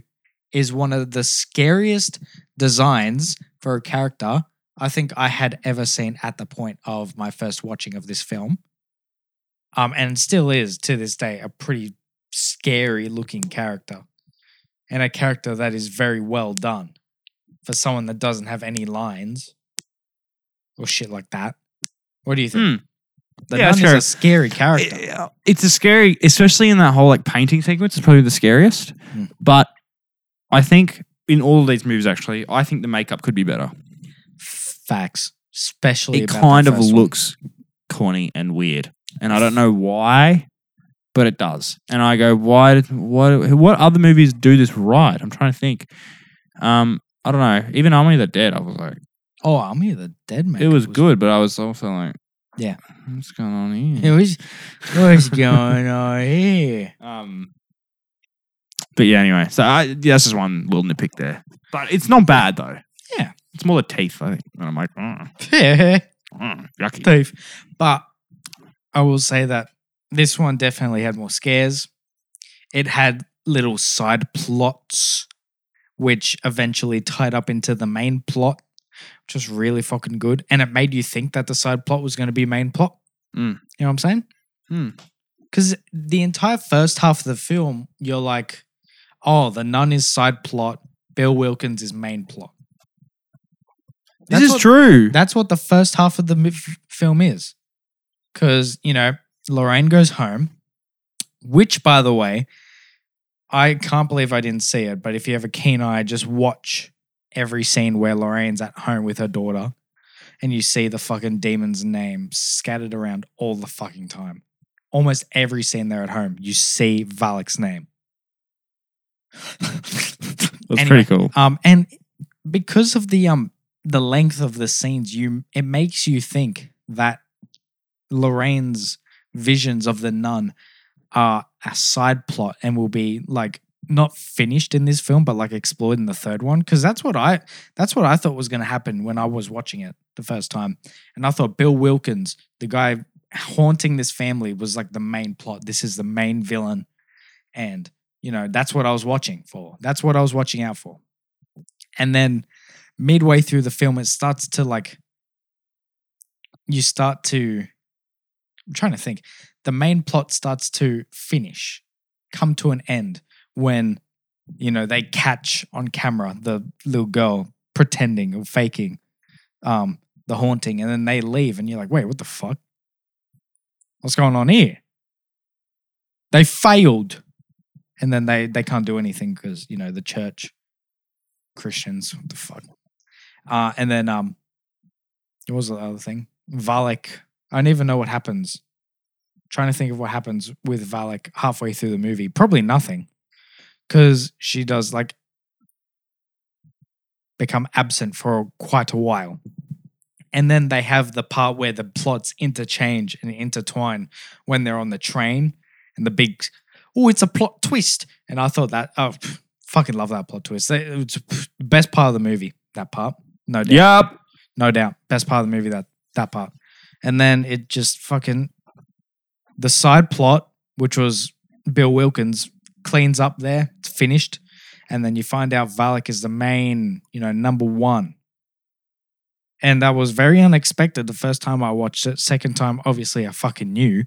is one of the scariest designs for a character I think I had ever seen at the point of my first watching of this film. Um, and still is to this day a pretty scary looking character and a character that is very well done for someone that doesn't have any lines or shit like that. What do you think? The Hmm. Yeah, nun is sure. a scary character. It- uh, it's a scary, especially in that whole like painting sequence. It's probably the scariest. Mm. But I think in all of these movies, actually, I think the makeup could be better. Facts, especially It about the kind of first one. looks corny and weird, and I don't know why, but it does. And I go, why? did- What? What other movies do this right? I'm trying to think. Um, I don't know. Even Army of the Dead, I was like, Oh, Army of the Dead Man. it was good, but I was also like, Yeah. what's going on It here? was. What's going on here? Um, but yeah, anyway, so I, yeah, that's just one little nitpick there. But it's not bad though. Yeah. It's more the teeth, I think. And I'm like, mm, mm, yucky. Thief. But I will say that this one definitely had more scares. It had little side plots, which eventually tied up into the main plot, which was really fucking good. And it made you think that the side plot was going to be main plot. Mm. You know what I'm saying? Mm. Because the entire first half of the film, you're like, oh, the nun is side plot, Bill Wilkins is main plot. This That's is what- true. that's what the first half of the mi- f- film is. Because, you know, Lorraine goes home, which, by the way, I can't believe I didn't see it, but if you have a keen eye, just watch every scene where Lorraine's at home with her daughter and you see the fucking demon's name scattered around all the fucking time. Almost every scene they're at home, you see Valak's name. That's Anyway. pretty cool. Um, and because of the um the length of the scenes, you it makes you think that Lorraine's visions of the nun are a side plot and will be like not finished in this film, but like explored in the third one. Because that's what I that's what I thought was going to happen when I was watching it the first time, and I thought Bill Wilkins, the guy haunting this family, was like the main plot. This is the main villain, and you know that's what I was watching for. That's what I was watching out for and then midway through the film it starts to like you start to i'm trying to think the main plot starts to finish come to an end when you know they catch on camera the little girl pretending or faking um the haunting and then they leave and you're like wait what the fuck what's going on here they failed and then they they can't do anything because you know the church Christians. What the fuck? Uh, and then um, what was the other thing? Valak. I don't even know what happens. trying to think of what happens with Valak halfway through the movie. Probably nothing, because she does like become absent for quite a while. And then they have the part where the plots interchange and intertwine when they're on the train and the big, oh, it's a plot twist. And I thought that, oh, pff, fucking love that plot twist. They- It's pff, best part of the movie, that part. No doubt. Yep. No doubt. Best part of the movie, that that part. And then it just fucking the side plot, which was Bill Wilkins, cleans up there. It's finished. And then you find out Valak is the main, you know, number one. And that was very unexpected the first time I watched it. Second time, obviously, I fucking knew.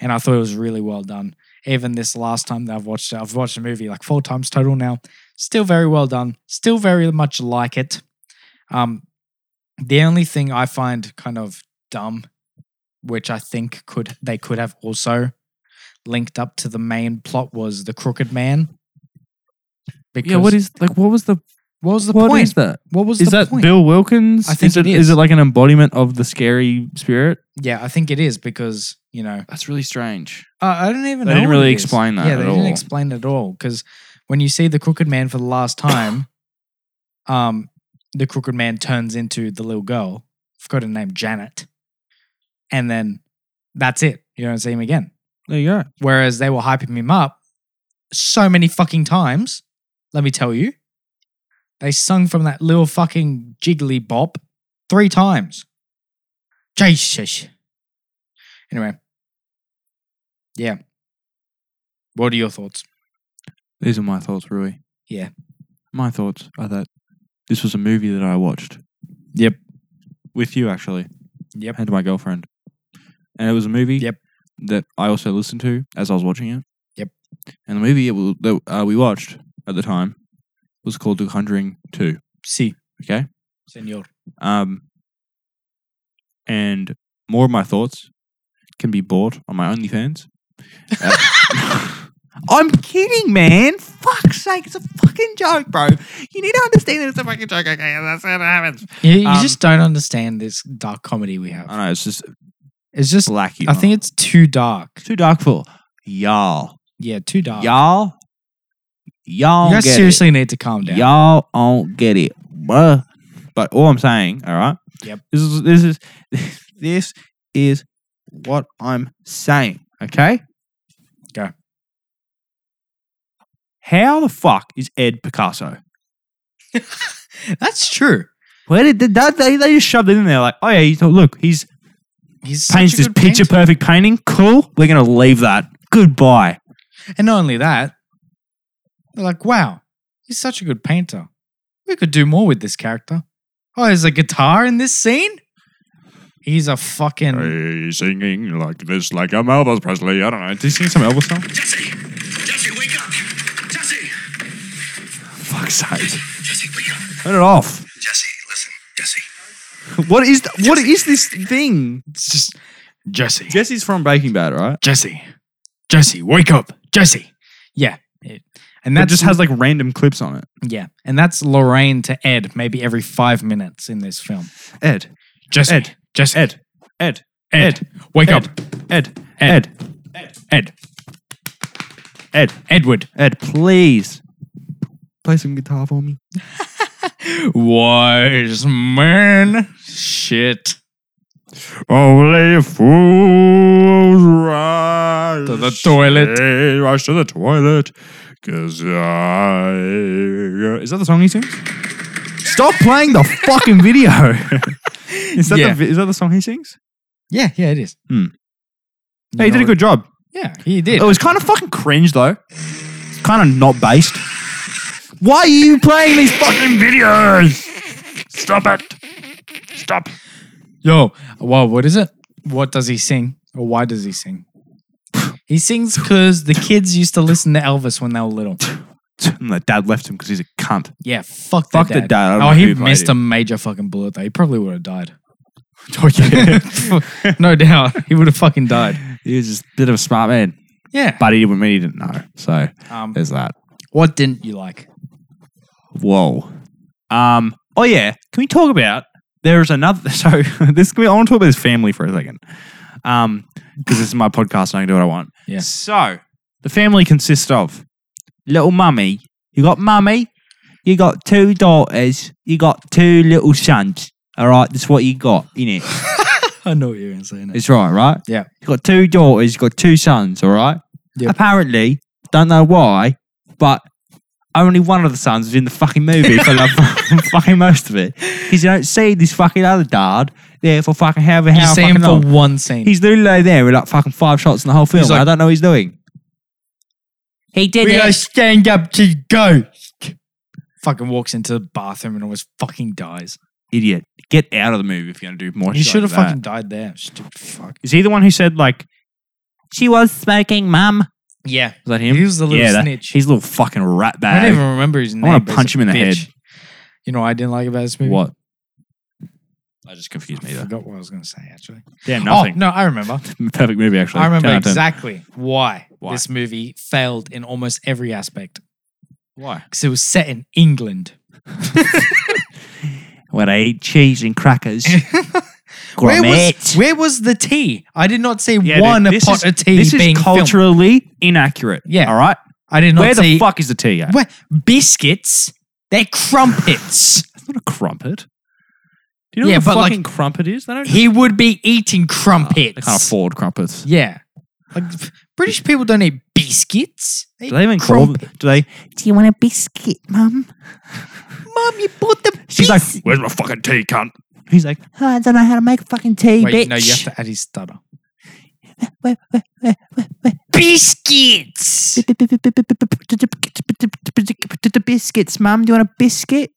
And I thought it was really well done. Even this last time that I've watched it, I've watched the movie like four times total now. Still very well done. Still very much like it. Um, the only thing I find kind of dumb, which I think could they could have also linked up to the main plot was the crooked man. Because Yeah, what is like what was the what was the what point? is that? what was Is the that point? Bill Wilkins? I think is it, it is is. it like an embodiment of the scary spirit? yeah, I think it is because you know That's really strange. Uh, I I don't even. They know didn't what really it is. explain that Yeah, they at didn't all. explain it at all because when you see the crooked man for the last time, um, the crooked man turns into the little girl. Forgot her name, Janet, and then that's it. You don't see him again. There you go. Whereas they were hyping him up so many fucking times. Let me tell you, they sung from that little fucking jiggly bop three times. Jesus. Anyway, yeah. What are your thoughts? These are my thoughts, Rui. Yeah. My thoughts are that this was a movie that I watched. Yep. With you, actually. Yep. And my girlfriend. And it was a movie. Yep. That I also listened to as I was watching it. Yep. And the movie it wa- that uh, we watched at the time was called The Conjuring 2. See, Okay. senor. Um, and more of my thoughts can be bought on my OnlyFans. Uh, I'm kidding, man. Fuck's sake, it's a fucking joke, bro. You need to understand that it's a fucking joke. Okay, that's how it happens. You, you Um, uh, just don't understand this dark comedy we have. I know it's just It's just, black. I think it's too dark. too dark for y'all. Yeah, too dark. Y'all, y'all, you guys get seriously need to calm it. down. y'all don't get it, bruh. But all I'm saying, all right. Yep. This is this is this is what I'm saying. Okay. Go. How the fuck is Ed Picasso? That's true. Where did that, they, they just shoved it in there? Like, oh yeah, he's, oh, look, he's He's such paints a this good picture painter. perfect painting. Cool. We're gonna leave that. Goodbye. and not only that, they're like, wow, he's such a good painter. We could do more with this character. Oh, there's a guitar in this scene? He's a fucking. Hey, singing like this, like I'm Elvis Presley. I don't know. Did you sing some Elvis song? Jesse! Jesse, wake up! Jesse! Fuck's sake. Jesse, wake up! Turn it off. Jesse, listen. Jesse. What is th- what is this thing? It's just. Jesse. Jesse's from Breaking Bad, right? Jesse. Jesse, wake up. Jesse. Yeah. it- and That that just has like random clips on it. Yeah. And that's Lorraine to Ed maybe every five minutes in this film. Ed. Jesse. Ed. Jesse. Ed. Ed. Ed. Wake Ed. up. Ed. Ed. Ed. Ed. Ed. Edward. Ed, please. Play some guitar for me. Wise man. Shit. Only fools rush To the toilet. They rush to the toilet. Cause I. Is that the song he sings? Stop playing the fucking video. is, that Yeah. the, vi- is that the song he sings? Yeah, yeah, it is. Hmm. You Hey, he did know a good job. it- Yeah, he did. It was kind of fucking cringe though. Kind of not based. Why are you playing these fucking videos? Stop it! Stop. Yo, well, what is it? What does he sing? Or why does he sing? He sings because the kids used to listen to Elvis when they were little. And the dad left him because he's a cunt. Yeah, fuck Fuck the that. dad, I don't Oh, know he who played missed a major fucking bullet though. He probably would have died. Oh, no doubt, he would have fucking died. He was just a bit of a smart man, Yeah. but he didn't, he didn't know. So Um, there's that. what didn't you like? Whoa. Um. Oh yeah. Can we talk about? There's another. So this. Can we, I want to talk about this family for a second. Um. Because this is my podcast and I can do what I want. Yeah. So the family consists of little mummy. You got mummy. You got two daughters. You got two little sons. All right. That's what you got in it. I know what you're gonna say. now. It's right, right? Yeah. You've got two daughters, you've got two sons, all right? Yep. Apparently, don't know why, but only one of the sons was in the fucking movie for the fucking most of it. Because you don't see this fucking other dad there for fucking however, You how see fucking him for long. one scene. He's literally there with like fucking five shots in the whole film. He's like- I don't know what he's doing. He did it. stand up to go. fucking walks into the bathroom and almost fucking dies. Idiot. Get out of the movie if you're going to do more He shit should like have that. fucking died there. Stupid fuck. Is he the one who said, like, She was smoking, mum. Yeah. was that him? He was the little yeah, that- snitch. he's a little fucking rat I bag. don't even remember his name. wanna but he's punch a him in the bitch. head. You know what I didn't like about this movie? What? I just confused I forgot what I was going to say actually. Damn, Oh, no, I remember. Perfect movie, actually. I remember 10 out of 10. exactly why, Why? this movie failed in almost every aspect Why? because it was set in England. When I eat cheese and crackers. Where was, Grommet. where was the tea? I did not see Yeah, dude, one this pot is- of tea this being is cultural. culturally inaccurate. Yeah. All right. I did not Where see the fuck is the tea? At? Where, biscuits. They're crumpets. It's not a crumpet. Do you know Yeah, what a but, like, fucking crumpet is? They don't. he would be eating they crumpets. can't afford crumpets. Yeah. Like f- British people don't eat biscuits. They Do they even eat call them? crumpet. Do they? Do you want a biscuit, mum? Mum, you bought the She's like, biscuit. Where's my fucking tea, cunt? he's like, Oh, I don't know how to make fucking tea, Wait, bitch. no, you have to add his stutter. Wait, wait, wait, wait, wait. Biscuits. Biscuits, mum. Do you want a biscuit?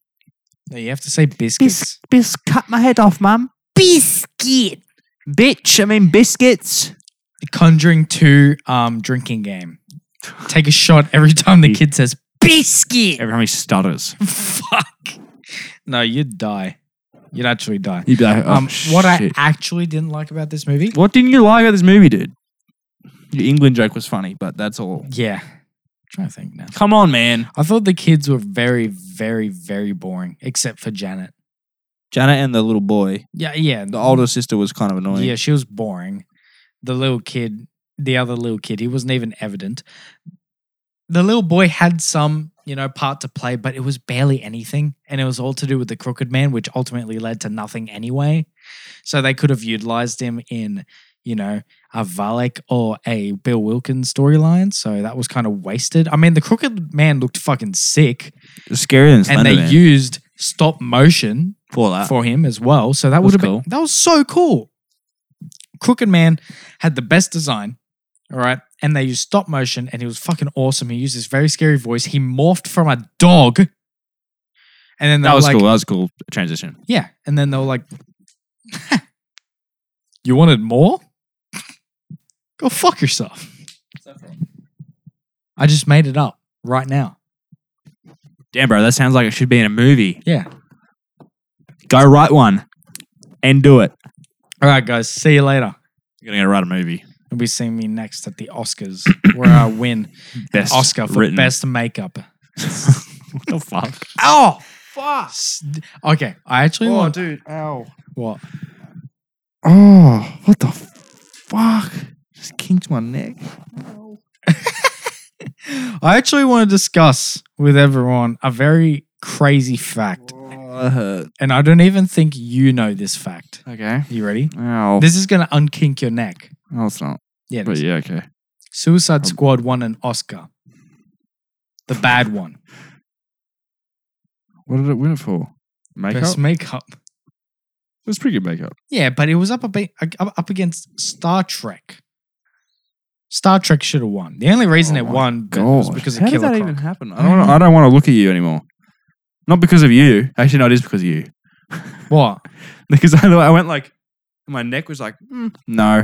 No, you have to say Bis- biscuits. bis- cut my head off, mum. Biscuit. bitch. I mean, biscuits. The Conjuring 2 um, drinking game. Take a shot every time the kid says biscuit. Every time he stutters, Fuck. No, you'd die. You'd actually die. he'd be like, oh, um, what I shit. actually didn't like about this movie. What didn't you like about this movie, dude? The England joke was funny, but that's all. Yeah. trying to think now. Come on, man. I thought the kids were very, very, very boring, except for Janet. Janet and the little boy. Yeah, yeah. The older sister was kind of annoying. Yeah, she was boring. The little kid, the other little kid, he wasn't even evident. The little boy had some, you know, part to play, but it was barely anything. And it was all to do with the crooked man, which ultimately led to nothing anyway. So they could have utilized him in, you know, a Valak or a Bill Wilkins storyline. So that was kind of wasted. I mean, the crooked man looked fucking sick It's scarier than and they Slenderman. used stop motion for that. for him as well. So that would That's have cool. been that was so cool. Crooked Man had the best design. All right. And they used stop motion and he was fucking awesome. He used this very scary voice. He morphed from a dog. And then they that were was like, cool. That was a cool transition. Yeah. And then they were like, You wanted more? Go fuck yourself. I just made it up right now. Damn, bro, that sounds like it should be in a movie. Yeah. Go write one and do it. All right, guys. See you later. You're gonna go write a movie. You'll be seeing me next at the Oscars, where I win Best Oscar for written. best makeup. What the fuck? Oh, fuck. Okay, I actually want to. Oh, dude. Ow. What? Oh, what the fuck? Just kinked my neck. I actually want to discuss with everyone a very crazy fact, Oh, that hurt. and I don't even think you know this fact. Okay. You ready? Ow. This is gonna unkink your neck. no, it's not. Yeah. it But is. yeah, okay. Suicide Squad won an Oscar. The bad one. What did it win it for? Makeup? Best makeup. It was pretty good makeup. Yeah, but it was up a bit, up up against Star Trek. Star Trek should have won. The only reason Oh it my won but was God. because How of did Killer that Croc. even happen? I Mm-hmm. don't, wanna, I don't want to look at you anymore. Not because of you. Actually, no, it is because of you. What? Because I, I went like, my neck was like, mm, no.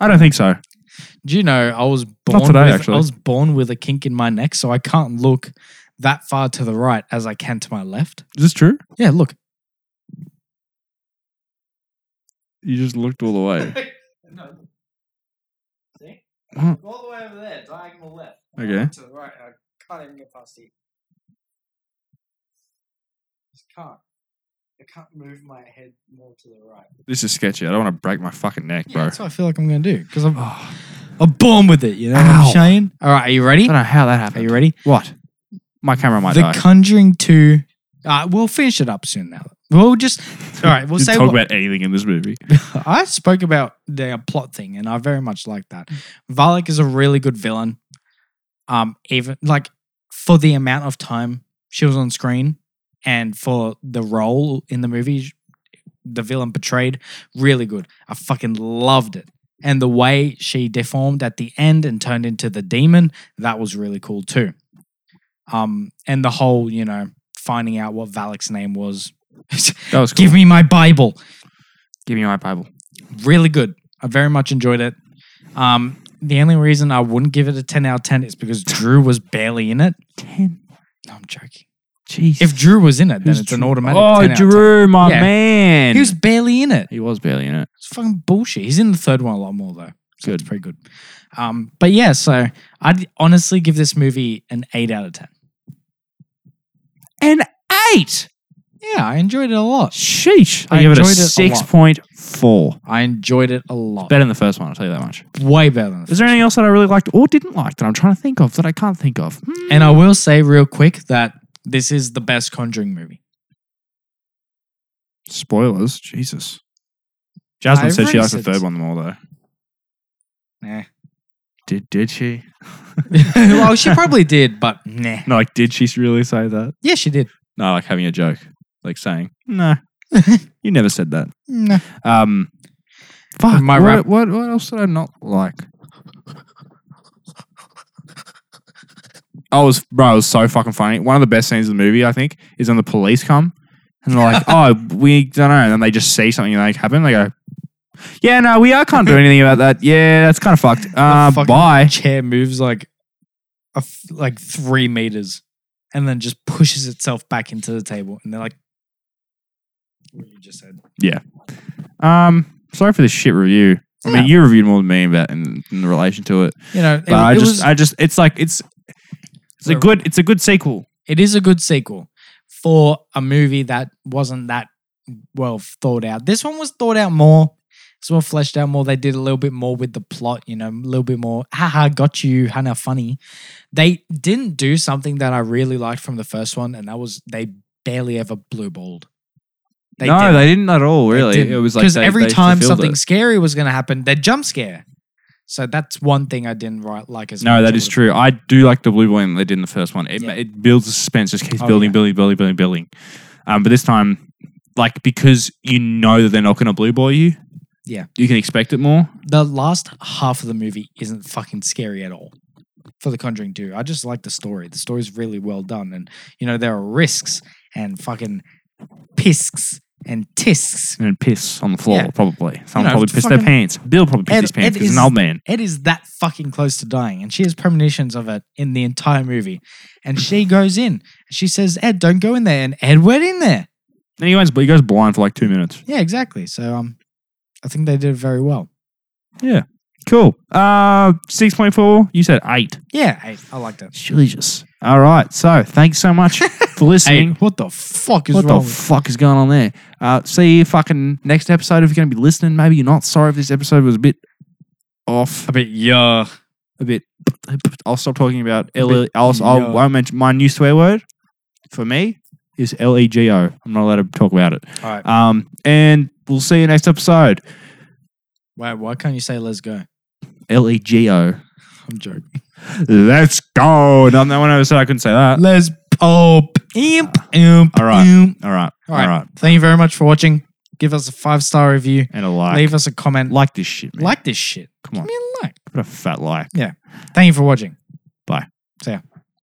I don't think so. Do you know I was born today, with, actually. I was born with a kink in my neck, so I can't look that far to the right as I can to my left. Is this true? Yeah, look. You just looked all the way. All the way over there, diagonal left. Okay. To the right, I can't even get past here. Just can't. I can't move my head more to the right. This is sketchy. I don't want to break my fucking neck, Yeah, bro. that's what I feel like I'm gonna do because I'm Oh, I'm born with it. You know what I'm Ow. saying? Ah. All right, are you ready? I don't know how that Are happened. you ready? What? My camera might the die. Conjuring Two. Uh, we'll finish it up soon. Now we'll just all right. We'll Didn't say talk what, about anything in this movie. I spoke about the plot thing, and I very much like that. Valak is a really good villain. Um, even like for the amount of time she was on screen, and for the role in the movie, the villain portrayed really good. I fucking loved it, and the way she deformed at the end and turned into the demon that was really cool too. Um, and the whole you know finding out what Valak's name was. That was cool. Give me my Bible Give me my Bible. really good. I very much enjoyed it. Um, the only reason I wouldn't give it a 10 out of 10 is because Drew was barely in it. 10. No, I'm joking. Jeez. If Drew was in it, then Who's it's an Drew? automatic. Oh, 10 out of Drew, my Yeah. man. 10. He was barely in it. he was barely in it. It's fucking bullshit. He's in the third one a lot more, though. So Good. it's pretty good. Um, but yeah, so I'd honestly give this movie an 8 out of 10. An eight. Yeah, I enjoyed it a lot. Sheesh. I, I give it a enjoyed it a six lot. point four. I enjoyed it a lot. Better than the first one. I'll tell you that much. Way better than the Is there anything else that I really liked or didn't like that I'm trying to think of that I can't think of? Hmm. And I will say real quick that this is the best Conjuring movie. Spoilers. Jesus. Jasmine I said already she liked the said third this. one more though. Nah. Did did she? well, she probably did, but nah. No, like did she really say that? Yeah, she did. No, like having a joke, like saying no. you never said that. No. Um, fuck. My what, rap- what what else did I not like? I was bro. It was so fucking funny. One of the best scenes of the movie, I think, is when the police come and they're like, "Oh, we don't know," and then they just see something like happen. They go, "Yeah, no, we I can't do anything about that. Yeah, that's kind of fucked. Uh, fucking- bye." Chair moves like a f- like three meters and then just pushes itself back into the table. And they're like, what you just said. Um, sorry for this shit review. I mean, you reviewed more than me about in, in the relation to it, You know, it, but I it just, was, I just, it's like it's, it's a Sorry. good, it's a good sequel. it is a good sequel for a movie that wasn't that well thought out. This one was thought out more. It's more fleshed out more. They did a little bit more with the plot, you know, a little bit more. Haha, got you, Hannah, funny. They didn't do something that I really liked from the first one, and that was they barely ever blue balled. no, they didn't at all. Really, it was like because they- every they time fulfilled something it. scary was going to happen, they jump scare. So that's one thing I didn't write like as much No, as that I is would've- true. I do like the blue one they did in the first one. It Yeah. it builds the suspense, just keeps Oh, building, yeah. building, building, building, building. Um, but this time, like because you know that they're not going to blue ball you, Yeah. you can expect it more. The last half of the movie isn't fucking scary at all. For The Conjuring 2, I just like the story. The story's really well done, and you know there are risks and fucking pisks and tisks. and piss on the floor, Yeah. probably. You know, Someone probably pissed their fucking- pants. Bill probably pissed Ed- his pants Ed because he's is- an old man. Ed is that fucking close to dying, and she has premonitions of it in the entire movie. And she goes in. She says, "Ed, don't go in there." And Ed went in there. And he goes, he goes blind for like two minutes. Yeah, exactly. So um, I think they did very well. Cool. Uh, 6.4, you said 8. Yeah, I, I liked it. Jesus. All right. So thanks so much for listening. Hey, what the fuck is what the wrong? with- fuck is going on there? Uh, see you fucking next episode if you're going to be listening. Maybe you're not sorry if this episode was a bit off. I mean, yeah. a bit. I'll stop talking about L. E, I'll, yeah. I'll, won't mention my new swear word for me is L E G O. I'm not allowed to talk about it. All right. Um, and we'll see you next episode. Wait, why can't you say "Let's go"? L E G O. I'm joking. Let's go. No, no one ever said I couldn't say that. Let's pop. Imp, imp, All right. imp. All right. All right. All right. Thank you very much for watching. Give us a five star review. And a like. Leave us a comment. Like, like this shit, man. like this shit. Come on. Give me a like. Put a fat like. Thank you for watching. Bye. See ya.